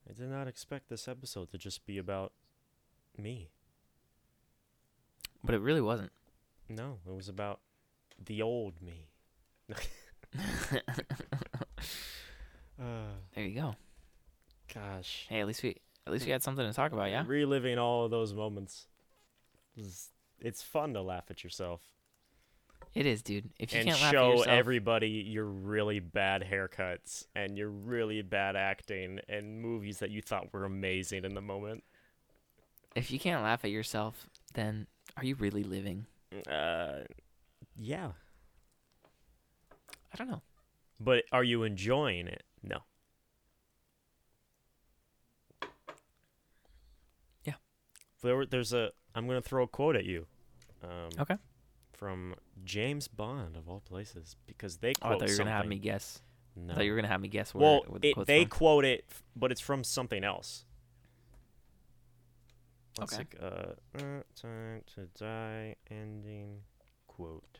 A: I did not expect this episode to just be about me.
B: But it really wasn't.
A: No, it was about the old me.
B: uh, there you go.
A: Gosh.
B: Hey, at least we at least we had something to talk about, Oh, yeah.
A: Reliving all of those moments. It's, it's fun to laugh at yourself.
B: It is, dude. If you
A: and
B: can't laugh
A: show
B: at yourself,
A: everybody your really bad haircuts and your really bad acting and movies that you thought were amazing in the moment.
B: if you can't laugh at yourself, then are you really living?
A: Uh, yeah.
B: I don't know.
A: But are you enjoying it? No.
B: Yeah.
A: There, were- there's a. I'm gonna throw a quote at you. Um,
B: Okay.
A: From James Bond of all places, because they
B: Oh, I
A: quote
B: thought you were
A: something.
B: gonna have me guess.
A: No.
B: I thought you were gonna have me guess where,
A: well,
B: where the
A: it,
B: quote's
A: they
B: from.
A: quote it, f- but it's from something else. Let's
B: Okay.
A: like, uh, uh, time to die ending quote.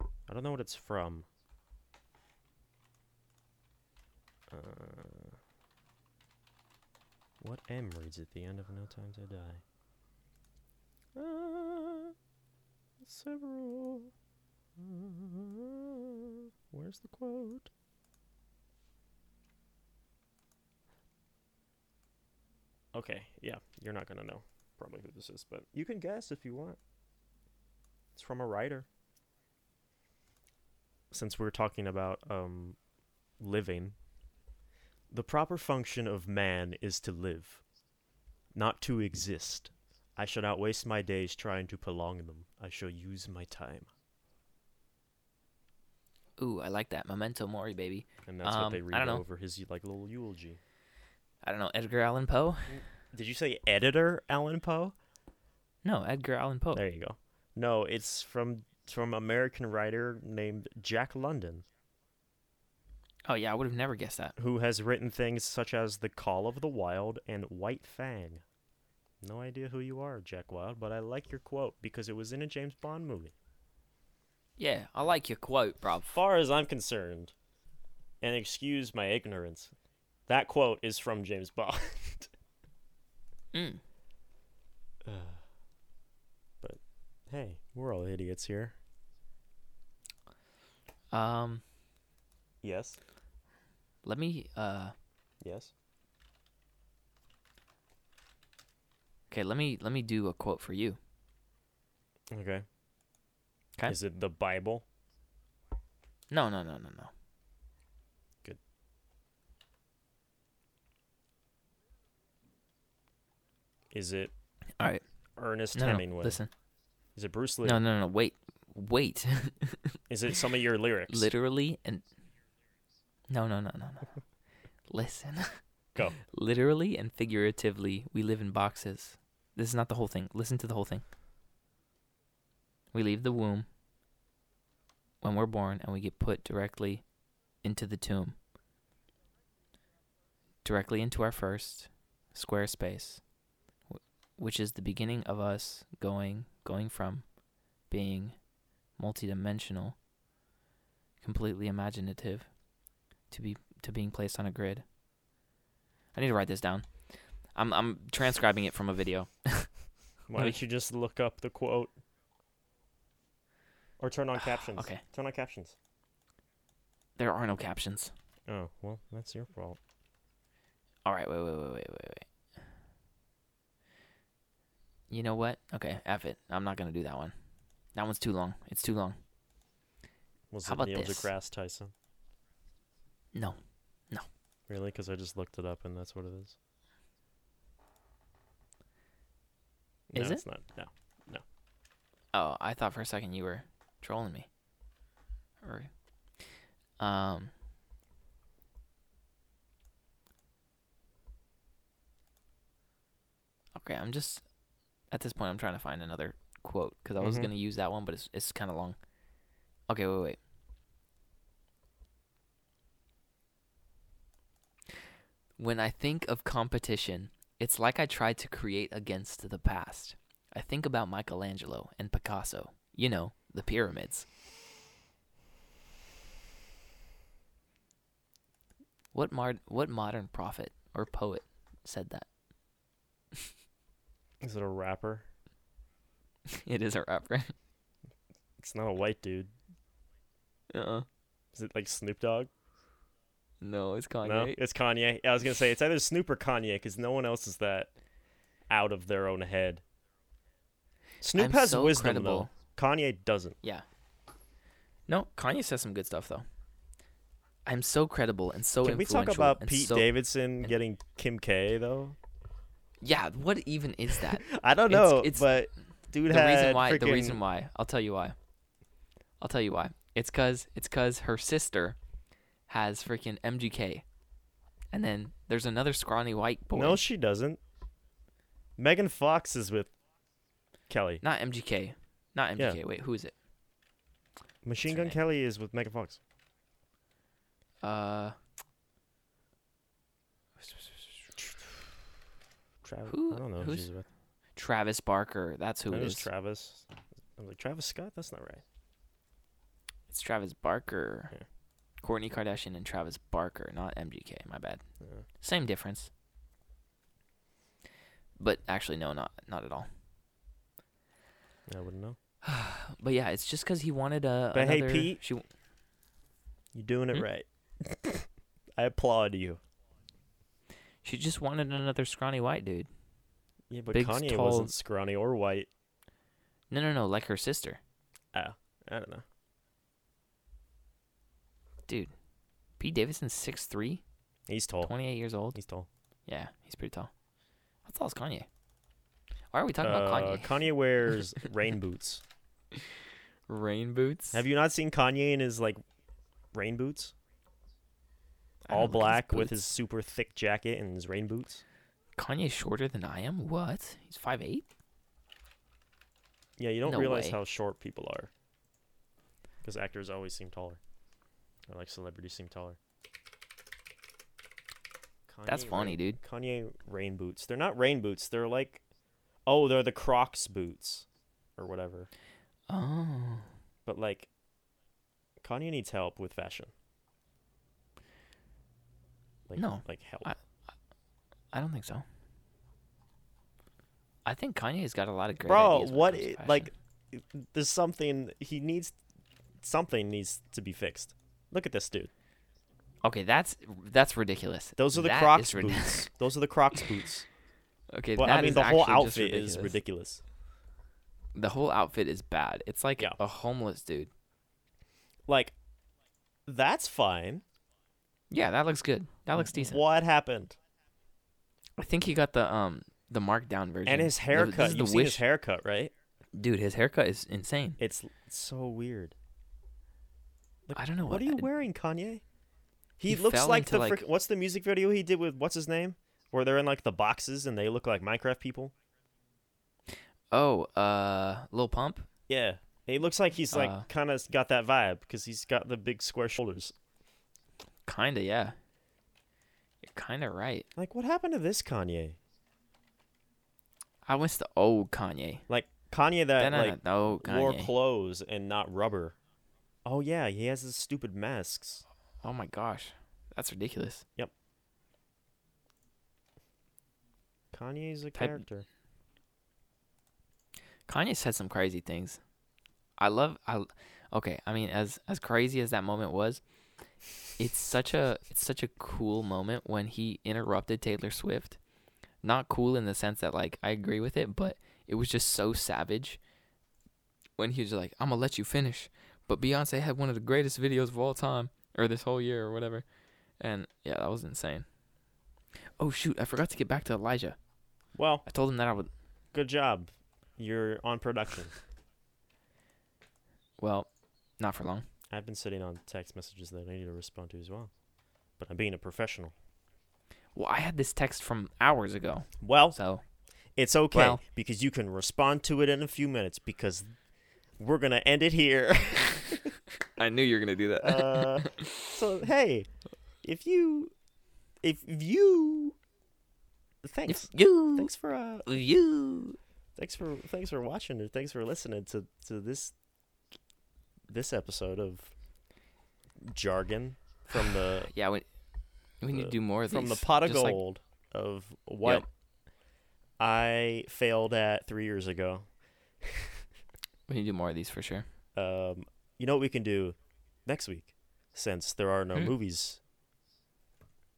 A: I don't know what it's from. Uh, what M reads at the end of No Time to Die? Uh, several. uh, where's the quote? Okay, yeah, you're not gonna know probably who this is, but you can guess if you want. It's from a writer. Since we're talking about um, living, the proper function of man is to live, not to exist. I shall not waste my days trying to prolong them. I shall use my time,
B: Ooh, I like that. Memento mori, baby.
A: and that's what
B: Um,
A: they
B: I
A: read
B: don't know.
A: over his like little eulogy.
B: I don't know, Edgar Allan Poe?
A: Did you say editor Alan Poe?
B: No, Edgar Allan Poe.
A: There you go. No, it's from it's from American writer named Jack London,
B: Oh yeah, I would have never guessed that.
A: who has written things such as The Call of the Wild and White Fang. No idea who you are, Jack Wild, but I like your quote because it was in a James Bond movie.
B: Yeah, I like your quote, bruv.
A: Far as I'm concerned, and excuse my ignorance, that quote is from James Bond.
B: Mm.
A: but hey, we're all idiots here.
B: Um,
A: Yes.
B: let me uh
A: Yes.
B: okay, let me let me do a quote for you.
A: Okay.
B: 'Kay.
A: Is it the Bible?
B: No, no, no, no, no.
A: Good. Is it
B: All right.
A: Ernest
B: No, no,
A: Hemingway?
B: listen.
A: Is it Bruce Lee?
B: No, no, no, wait. Wait.
A: Is it some of your lyrics?
B: Literally and No, no, no, no, no. listen.
A: Go.
B: Literally and figuratively, we live in boxes. This is not the whole thing. Listen to the whole thing. We leave the womb when we're born and we get put directly into the tomb. Directly into our first square space, wh- which is the beginning of us going going from being multidimensional, completely imaginative to be to being placed on a grid. I need to write this down. I'm I'm transcribing it from a video.
A: Why don't you just look up the quote? Or turn on captions.
B: okay.
A: Turn on captions.
B: There are no captions.
A: Oh, well, that's your fault.
B: All right, wait, wait, wait, wait, wait, wait. You know what? Okay, F it. I'm not gonna do that one. That one's too long. It's too long.
A: Was
B: How
A: it
B: about
A: Neil
B: this?
A: deGrasse Tyson?
B: No.
A: Really? Because I just looked it up and that's what it is. No,
B: Is it?
A: it's not. No.
B: Oh, I thought for a second you were trolling me. Or, um. Okay, I'm just at this point. I'm trying to find another quote because I was
A: Mhm.
B: gonna use that one, but it's it's kind of long. Okay, wait, wait. When I think of competition, it's like I try to create against the past. I think about Michelangelo and Picasso. You know, the pyramids. What mar- what modern prophet or poet said that?
A: Is it a rapper?
B: it is a rapper.
A: It's not a white dude.
B: Uh uh-uh.
A: Is it like Snoop Dogg?
B: No, it's Kanye.
A: No, it's Kanye. I was gonna say it's either Snoop or Kanye because no one else is that out of their own head. Snoop
B: I'm
A: has
B: so
A: wisdom
B: credible.
A: though. Kanye doesn't.
B: Yeah. No, Kanye says some good stuff though. I'm so credible and so
A: Can we
B: influential.
A: talk about
B: and
A: Pete
B: so-
A: Davidson getting Kim K though?
B: Yeah, what even is that?
A: I don't
B: It's-
A: know,
B: it's-
A: but dude
B: the
A: had
B: reason why the
A: freaking-
B: reason why i'll tell you why i'll tell you why it's cuz it's cuz her sister has freaking mgk and then there's another scrawny white boy
A: No, she doesn't. Megan Fox is with Kelly.
B: not mgk not
A: Yeah.
B: mgk wait who is it
A: Machine
B: her
A: Gun
B: name?
A: Kelly is with Megan Fox.
B: uh
A: Travis.
B: Who-
A: I don't know
B: who's-
A: she's with.
B: travis barker that's who
A: Who
B: it
A: is
B: is
A: Travis? I'm like Travis Scott. That's not right.
B: it's travis barker
A: Yeah.
B: courtney kardashian and travis barker not mgk my bad
A: Yeah.
B: same difference but actually no not not at all
A: I wouldn't know.
B: but yeah it's just because he wanted a
A: But hey,
B: another-
A: Pete.
B: she
A: You're doing it
B: Hmm?
A: right. I applaud you.
B: She just wanted another scrawny white dude.
A: Yeah, but
B: Big,
A: Kanye
B: tall-
A: wasn't scrawny or white.
B: No, no, no, like her sister.
A: I don't know.
B: Pete Davidson's 6'3",
A: He's tall.
B: 28 years old.
A: He's tall.
B: Yeah, he's pretty tall. How tall is Kanye? Why are we talking
A: Uh,
B: about Kanye?
A: Kanye wears rain boots.
B: Rain boots.
A: Have you not seen Kanye in his like rain boots?
B: I don't
A: All
B: look at his
A: black with
B: boots.
A: his super thick jacket and his rain boots.
B: Kanye's shorter than I am. What? He's 5'8"?
A: Yeah, you don't
B: No
A: realize
B: way.
A: how short people are. Because actors always seem taller. Or like celebrities seem taller.
B: That's
A: Kanye
B: funny,
A: rain-
B: dude.
A: Kanye rain boots. They're not rain boots. They're like, oh, they're the Crocs boots, or whatever.
B: Oh.
A: But like, Kanye needs help with fashion. Like,
B: No,
A: like help.
B: I- I don't think so. I think Kanye's got a lot of great
A: Bro,
B: ideas
A: what?
B: when it comes to
A: i-
B: fashion.
A: like, there's something he needs. Something needs to be fixed. Look at this dude.
B: Okay, that's that's ridiculous.
A: Those are the
B: That
A: Crocs
B: is rid-
A: boots. Those are the Crocs boots.
B: okay,
A: But
B: that
A: I mean,
B: is
A: the whole
B: actually just
A: outfit is ridiculous.
B: The whole outfit is bad. It's like
A: Yeah.
B: a homeless dude.
A: Like, that's fine.
B: Yeah, that looks good. That looks decent.
A: What happened?
B: I think he got the um the markdown version.
A: And his
B: The-
A: haircut.
B: this is
A: You've
B: the
A: seen his
B: wish-
A: haircut, right?
B: Dude, his haircut is insane.
A: It's l- so weird. Like,
B: I don't know
A: What,
B: what
A: are you
B: I-
A: wearing, Kanye? He,
B: He
A: looks
B: fell
A: like the
B: into,
A: frick-
B: like-
A: what's the music video he did with what's his name? Where they're in like the boxes and they look like Minecraft people.
B: Oh, uh, Lil Pump.
A: Yeah, he looks like he's like
B: Uh.
A: kind of got that vibe because he's got the big square shoulders.
B: Kinda, yeah. You're kinda right.
A: Like, what happened to this Kanye?
B: I was the old Kanye.
A: Like Kanye that
B: Then I
A: like
B: don't know
A: wore
B: Kanye.
A: clothes and not rubber. Oh yeah, he has his stupid masks.
B: oh my gosh, that's ridiculous.
A: Kanye's a
B: Type-
A: character.
B: Kanye said some crazy things. I love I okay, I mean as as crazy as that moment was, it's such a it's such a cool moment when he interrupted Taylor Swift. Not cool in the sense that like I agree with it, but it was just so savage when he was like, "I'm going to let you finish." But Beyonce had one of the greatest videos of all time or this whole year or whatever. And yeah, that was insane. Oh shoot, I forgot to get back to Elijah.
A: Well,
B: I told him that I would
A: good job. You're on production.
B: well, not for long.
A: I've been sitting on text messages that I need to respond to as well. But I'm being a professional.
B: Well, I had this text from hours ago.
A: Well,
B: So,
A: it's okay
B: Well-
A: because you can respond to it in a few minutes because we're going to end it here.
B: I knew you were going to do that.
A: uh, so hey, if you if you thanks.
B: you
A: Thanks for uh
B: you
A: thanks for thanks for watching and thanks for listening to to this this episode of jargon from the
B: yeah, we, we need
A: the-
B: to do more of
A: from the
B: these.
A: pot of
B: Just, like,
A: gold of what I failed at three years ago.
B: we need to do more of these for sure.
A: Um, you know what we can do next week, since there are no
B: Hmm.
A: movies.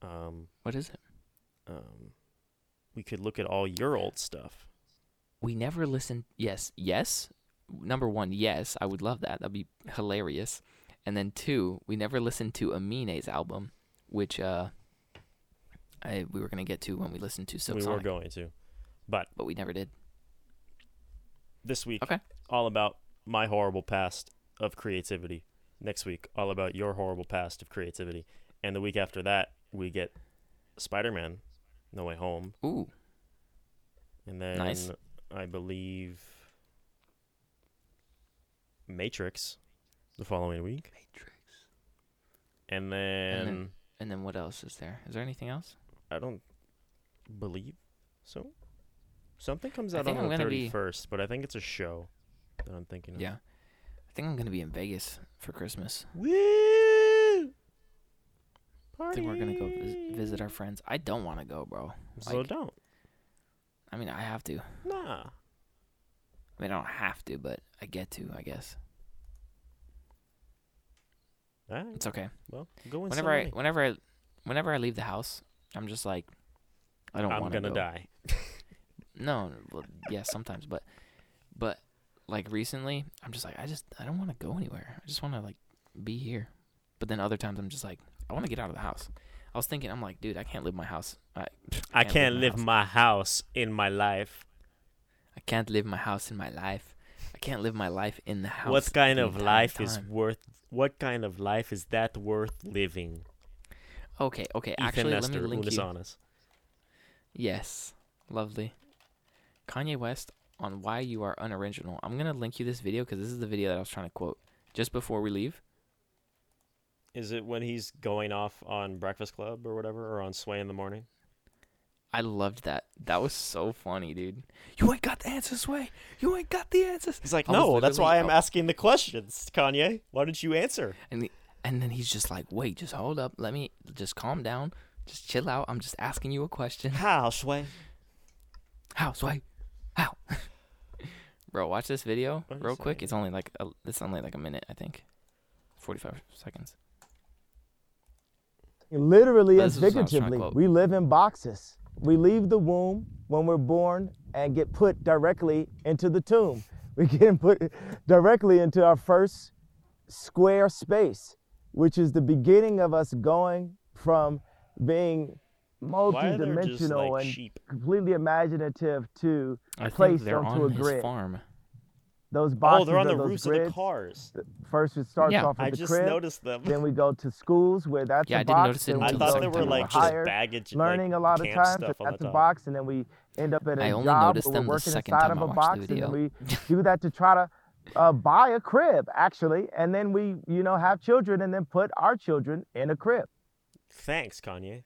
A: Um,
B: What is it?
A: um, we could look at all your old stuff.
B: We never listen. Yes, yes. Number one, yes, I would love that. That'd be hilarious. And then two, we never listened to Amine's album, which uh, I we were gonna get to when we listened to Silk
A: we were
B: Sonic,
A: going to, but
B: but we never did.
A: this week,
B: Okay.
A: all about my horrible past of creativity. Next week, all about your horrible past of creativity, and the week after that, we get Spider-Man: No Way Home.
B: Ooh,
A: And then
B: Nice.
A: I believe Matrix the following week.
B: Matrix.
A: And then,
B: And then- And then what else is there? Is there anything else?
A: I don't believe so. Something comes
B: I
A: out on
B: think I'm
A: the
B: gonna be-
A: 31st, but I think it's a show that I'm thinking of.
B: Yeah. I think I'm gonna be in Vegas for Christmas.
A: Woo!
B: I think we're gonna go vis-
A: Party!
B: visit our friends. I don't want to go, bro.
A: So
B: like-
A: don't.
B: I mean, I have to. I
A: Nah.
B: mean, I don't have to, but I get to, I guess.
A: All right.
B: It's okay.
A: Well, go in
B: Whenever I, whenever I, whenever I leave the house, I'm just like, I don't
A: I'm
B: want
A: gonna
B: go.
A: die.
B: No, well, yeah, sometimes, but, but like recently, I'm just like, I just, I don't want to go anywhere. I just want to like be here. But then other times, I'm just like, I want to get out of the house. I was thinking, I'm like, dude, I can't leave my house. I,
A: I
B: Can't
A: can't
B: live
A: live
B: in
A: my house in my life.
B: I can't live my house in my life. I can't live my life in the house.
A: what kind
B: the
A: of
B: entire
A: life is
B: time.
A: worth what kind of life is that worth living
B: Okay, okay.
A: ethan
B: Actually, let me
A: nestor
B: link you.
A: Unisonus.
B: Yes, lovely. Kanye West on why you are unoriginal. I'm gonna link you this video because this is the video that I was trying to quote just before we leave.
A: is it when he's going off on breakfast club or whatever or on sway in the morning
B: I loved that. That was so funny, dude. You ain't got the answers, way. You ain't got the answers.
A: he's like
B: I was
A: no that's why
B: literally-
A: i'm
B: I-
A: asking the questions kanye why don't you answer
B: And the, and then he's just like, wait, just hold up. Let me just calm down. Just chill out. I'm just asking you a question.
A: how sway
B: How, Sway? How? Bro, watch this video
A: What
B: real
A: is
B: quick.
A: that?
B: It's only like a, it's only like a minute, I think. Forty-five seconds.
E: Literally and
B: This is what I was trying to
E: figuratively,
B: quote.
E: we live in boxes. We leave the womb when we're born and get put directly into the tomb. We get put directly into our first square space, which is the beginning of us going from being
A: why are there just
E: multidimensional
A: like
E: and
A: sheep
E: completely imaginative to
B: I think
E: placed
B: they're
E: onto
B: on
E: a
B: his
E: grid.
B: farm.
E: Those boxes
A: oh they're on
E: are
A: the
E: those
A: roofs
E: grids.
A: of the cars
E: First, it starts
B: Yeah.
E: off with
A: i
E: the
A: just
E: crib.
A: noticed them
E: Then we go to schools where that's
B: Yeah,
E: a
B: I didn't
E: box.
B: notice it
E: then
A: i
E: we
B: until
A: thought they
E: go
B: second
A: were
B: time
E: to
A: like
B: around.
A: just
E: higher
A: baggage like,
E: learning a lot of
A: camp
E: times
A: stuff
E: at
A: on
E: the
A: top.
E: box, and then we end up at a
B: I only
E: job
B: noticed
E: or
B: them
E: we're
B: the
E: working
B: second
E: inside
B: time
E: of
B: I
E: a
B: watched the
E: box, and then
B: video.
E: we do that to try to uh, buy a crib, actually, and then we, you know, have children, and then put our children in a crib.
A: Thanks, Kanye.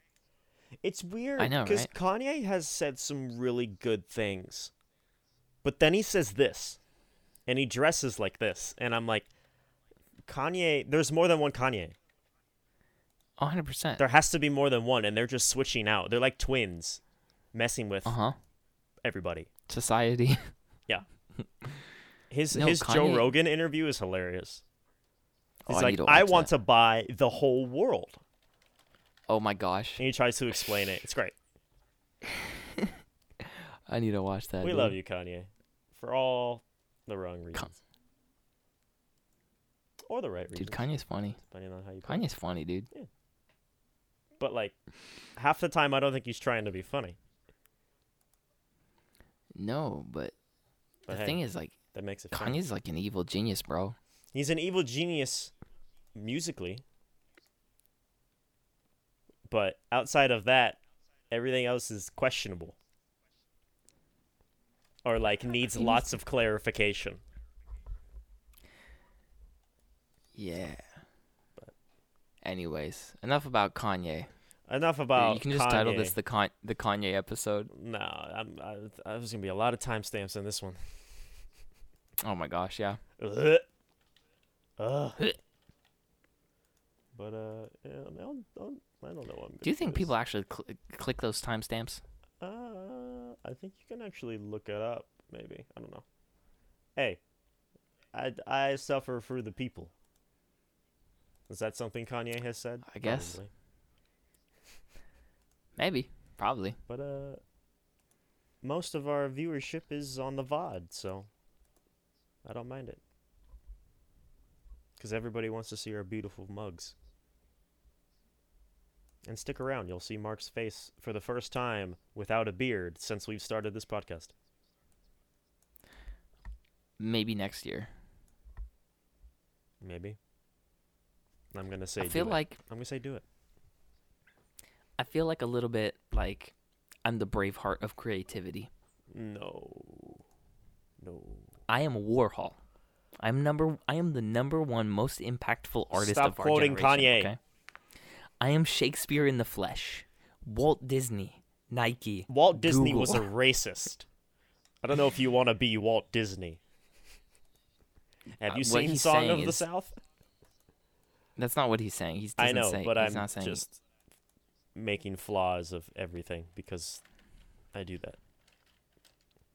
A: It's weird
B: know,
A: because Kanye has said some really good things, but then he says this, and he dresses like this, and I'm like, Kanye. There's more than one Kanye.
B: A hundred percent.
A: There has to be more than one, and they're just switching out. They're like twins, messing with
B: Uh huh.
A: everybody.
B: Society.
A: His
B: No,
A: his Joe
B: Kanye-
A: Rogan interview is hilarious.
B: Oh,
A: He's
B: I
A: like,
B: need to
A: I
B: watch
A: want
B: that."
A: to buy the whole world,
B: Oh my gosh.
A: and he tries to explain it. It's great.
B: I need to watch that.
A: we
B: dude.
A: love you, Kanye, for all the wrong reasons or the right reasons.
B: dude. Kanye's funny.
A: depending on how you put it.
B: Kanye's funny, dude.
A: But like half the time, I don't think he's trying to be funny.
B: No, but
A: But
B: the
A: hey,
B: thing is, like,
A: that makes it funny.
B: Kanye's like an evil genius, bro.
A: He's an evil genius musically, but outside of that, everything else is questionable or like needs lots of clarification.
B: Yeah. Anyways, enough about Kanye.
A: Enough about.
B: you can just
A: Kanye.
B: title this the Con- the Kanye episode.
A: No, I'm, I, I, there's gonna be a lot of timestamps in this one.
B: Oh my gosh, yeah.
A: Ugh. Ugh. but uh, yeah, uh, I, mean, I don't, don't- I don't know. What I'm
B: Do
A: gonna
B: you think
A: do.
B: people actually cl- click those timestamps?
A: Uh, I think you can actually look it up. Maybe I don't know. Hey, I I suffer for the people. Is that something Kanye has said?
B: I guess.
A: Probably.
B: Maybe, probably.
A: But uh, most of our viewership is on the VOD, so I don't mind it. Because everybody wants to see our beautiful mugs. And stick around, you'll see Mark's face for the first time without a beard since we've started this podcast.
B: Maybe next year.
A: Maybe. I'm gonna say.
B: I feel
A: do it.
B: like
A: I'm gonna say do it.
B: I feel like a little bit like I'm the Braveheart of creativity.
A: No. No.
B: I am Warhol. I'm number. I am the number one most impactful artist
A: Stop
B: of our
A: quoting
B: generation,
A: Kanye.
B: okay? I am Shakespeare in the flesh. Walt Disney, Nike.
A: Walt Disney was a
B: Google.
A: racist. I don't know if you want to be Walt Disney. Have
B: Uh,
A: you
B: what
A: seen
B: he's
A: Song
B: saying
A: of the
B: is-
A: South?
B: That's not what he's saying. He's
A: I
B: doesn't
A: know,
B: say-
A: but
B: he's
A: I'm
B: not saying.
A: just making flaws of everything because I do that.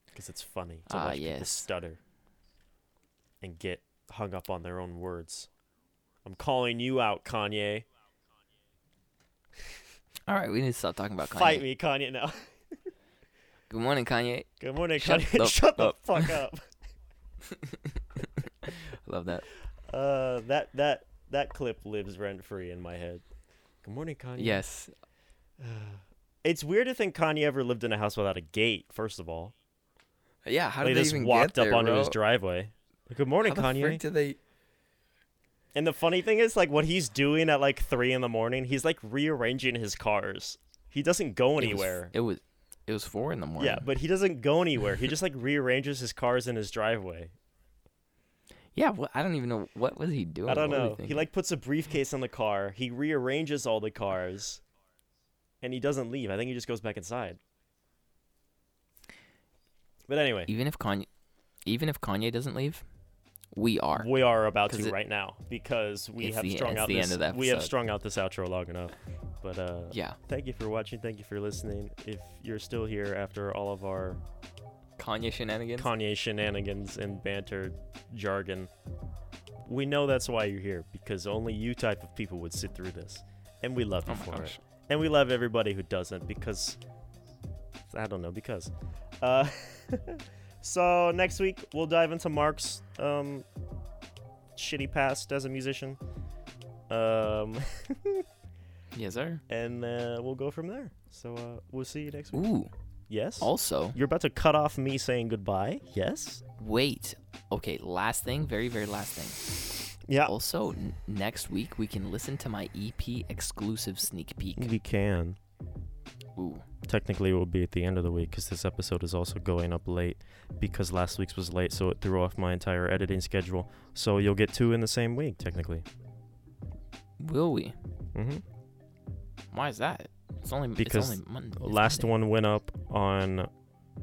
A: Because it's funny to
B: Ah,
A: watch people
B: yes.
A: stutter and get hung up on their own words. I'm calling you out, Kanye.
B: All right, we need to stop talking about Kanye.
A: Fight me, Kanye. Now.
B: Good morning, Kanye.
A: Good morning,
B: Shut
A: Kanye.
B: the
A: Shut the
B: up.
A: fuck up.
B: I love that.
A: Uh, that that that clip lives rent free in my head. Good morning, Kanye.
B: Yes,
A: It's weird to think Kanye ever lived in a house without a gate. First of all,
C: Yeah, how
A: Like,
C: did
A: they
C: they
A: just
C: even
A: walked
C: get there,
A: up onto
C: bro?
A: his driveway. Like, Good morning,
C: How the
A: Kanye.
C: frick did they?
A: And the funny thing is, like, what he's doing at like three in the morning, he's like rearranging his cars. He doesn't go anywhere.
B: It was, it was. It was four in the morning.
A: yeah, but he doesn't go anywhere. He just like rearranges his cars in his driveway.
B: yeah. Well, I don't even know what was he doing.
A: I don't
B: What was
A: know. He
B: thinking?
A: like puts a briefcase on the car. He rearranges all the cars, and he doesn't leave. I think he just goes back inside. But anyway,
B: even if Kanye, even if Kanye doesn't leave, we are.
A: we are about
B: 'Cause
A: to
B: it-
A: right now because we
B: It's
A: have
B: the-
A: strung
B: it's
A: out
B: the
A: this.
B: end of the
A: we have
B: episode.
A: strung out this outro long enough. But uh,
B: Yeah,
A: thank you for watching. Thank you for listening. If you're still here after all of our
B: Kanye shenanigans.
A: Kanye shenanigans and banter jargon, we know that's why you're here because only you type of people would sit through this, and we love you
B: oh my
A: for it.
B: gosh.
A: and we love everybody who doesn't because I don't know because. Uh, so next week we'll dive into Mark's um, shitty past as a musician, um,
B: Yes, sir.
A: and uh, we'll go from there. So uh, we'll see you next week.
B: Ooh.
A: Yes.
B: Also,
A: You're about to cut off me saying goodbye. Yes.
B: wait. Okay, last thing, very very last thing.
A: Yeah.
B: Also, n- next week we can listen to my EP exclusive sneak peek.
A: We can.
B: Ooh.
A: Technically, it will be at the end of the week because this episode is also going up late because last week's was late, so it threw off my entire editing schedule. So you'll get two in the same week, technically.
B: Will we?
A: Mm-hmm.
B: Why is that? It's only
A: Because
B: it's only Mon- it's
A: last
B: Monday.
A: one went up on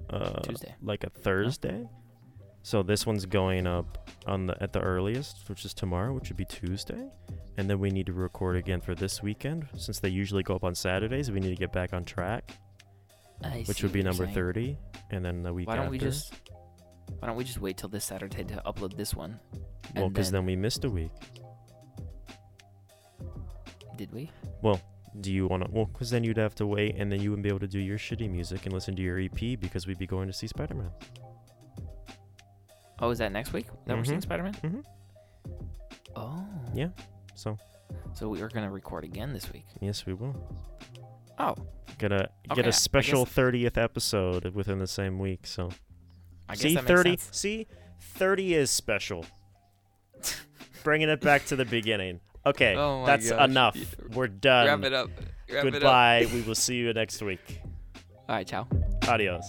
A: uh,
B: Tuesday.
A: like a Thursday. So this one's going up on the at the earliest, which is tomorrow, which would be Tuesday. And then we need to record again for this weekend since they usually go up on Saturdays. We need to get back on track,
B: I
A: which
B: see
A: would be
B: what you're
A: number
B: saying.
A: 30 and then the week
B: Why don't
A: after.
B: we just Why don't we just wait till this Saturday to upload this one?
A: well,
B: and
A: cuz then we missed a week.
B: did we?
A: Do you want to Well, cuz then you'd have to wait and then you wouldn't be able to do your shitty music and listen to your EP because we'd be going to see Spider-Man.
B: Oh, is that next week that we're seeing
A: Mhm.
B: Spider Man?
A: Mhm.
B: Oh.
A: Yeah. So,
B: So we are gonna record again this week.
A: yes, we will.
B: Oh.
A: gonna
B: Okay,
A: get
B: I- I
A: a
B: guess-
A: special 30th episode within the same week so
B: I guess
A: see
B: that makes
A: 30
B: sense.
A: see 30 is special bringing it back to the beginning okay
C: Oh my
A: that's
C: gosh.
A: enough
C: Yeah.
A: we're done
C: Wrap it up. Wrap it up.
A: goodbye we will see you next week
B: All right, ciao.
A: adios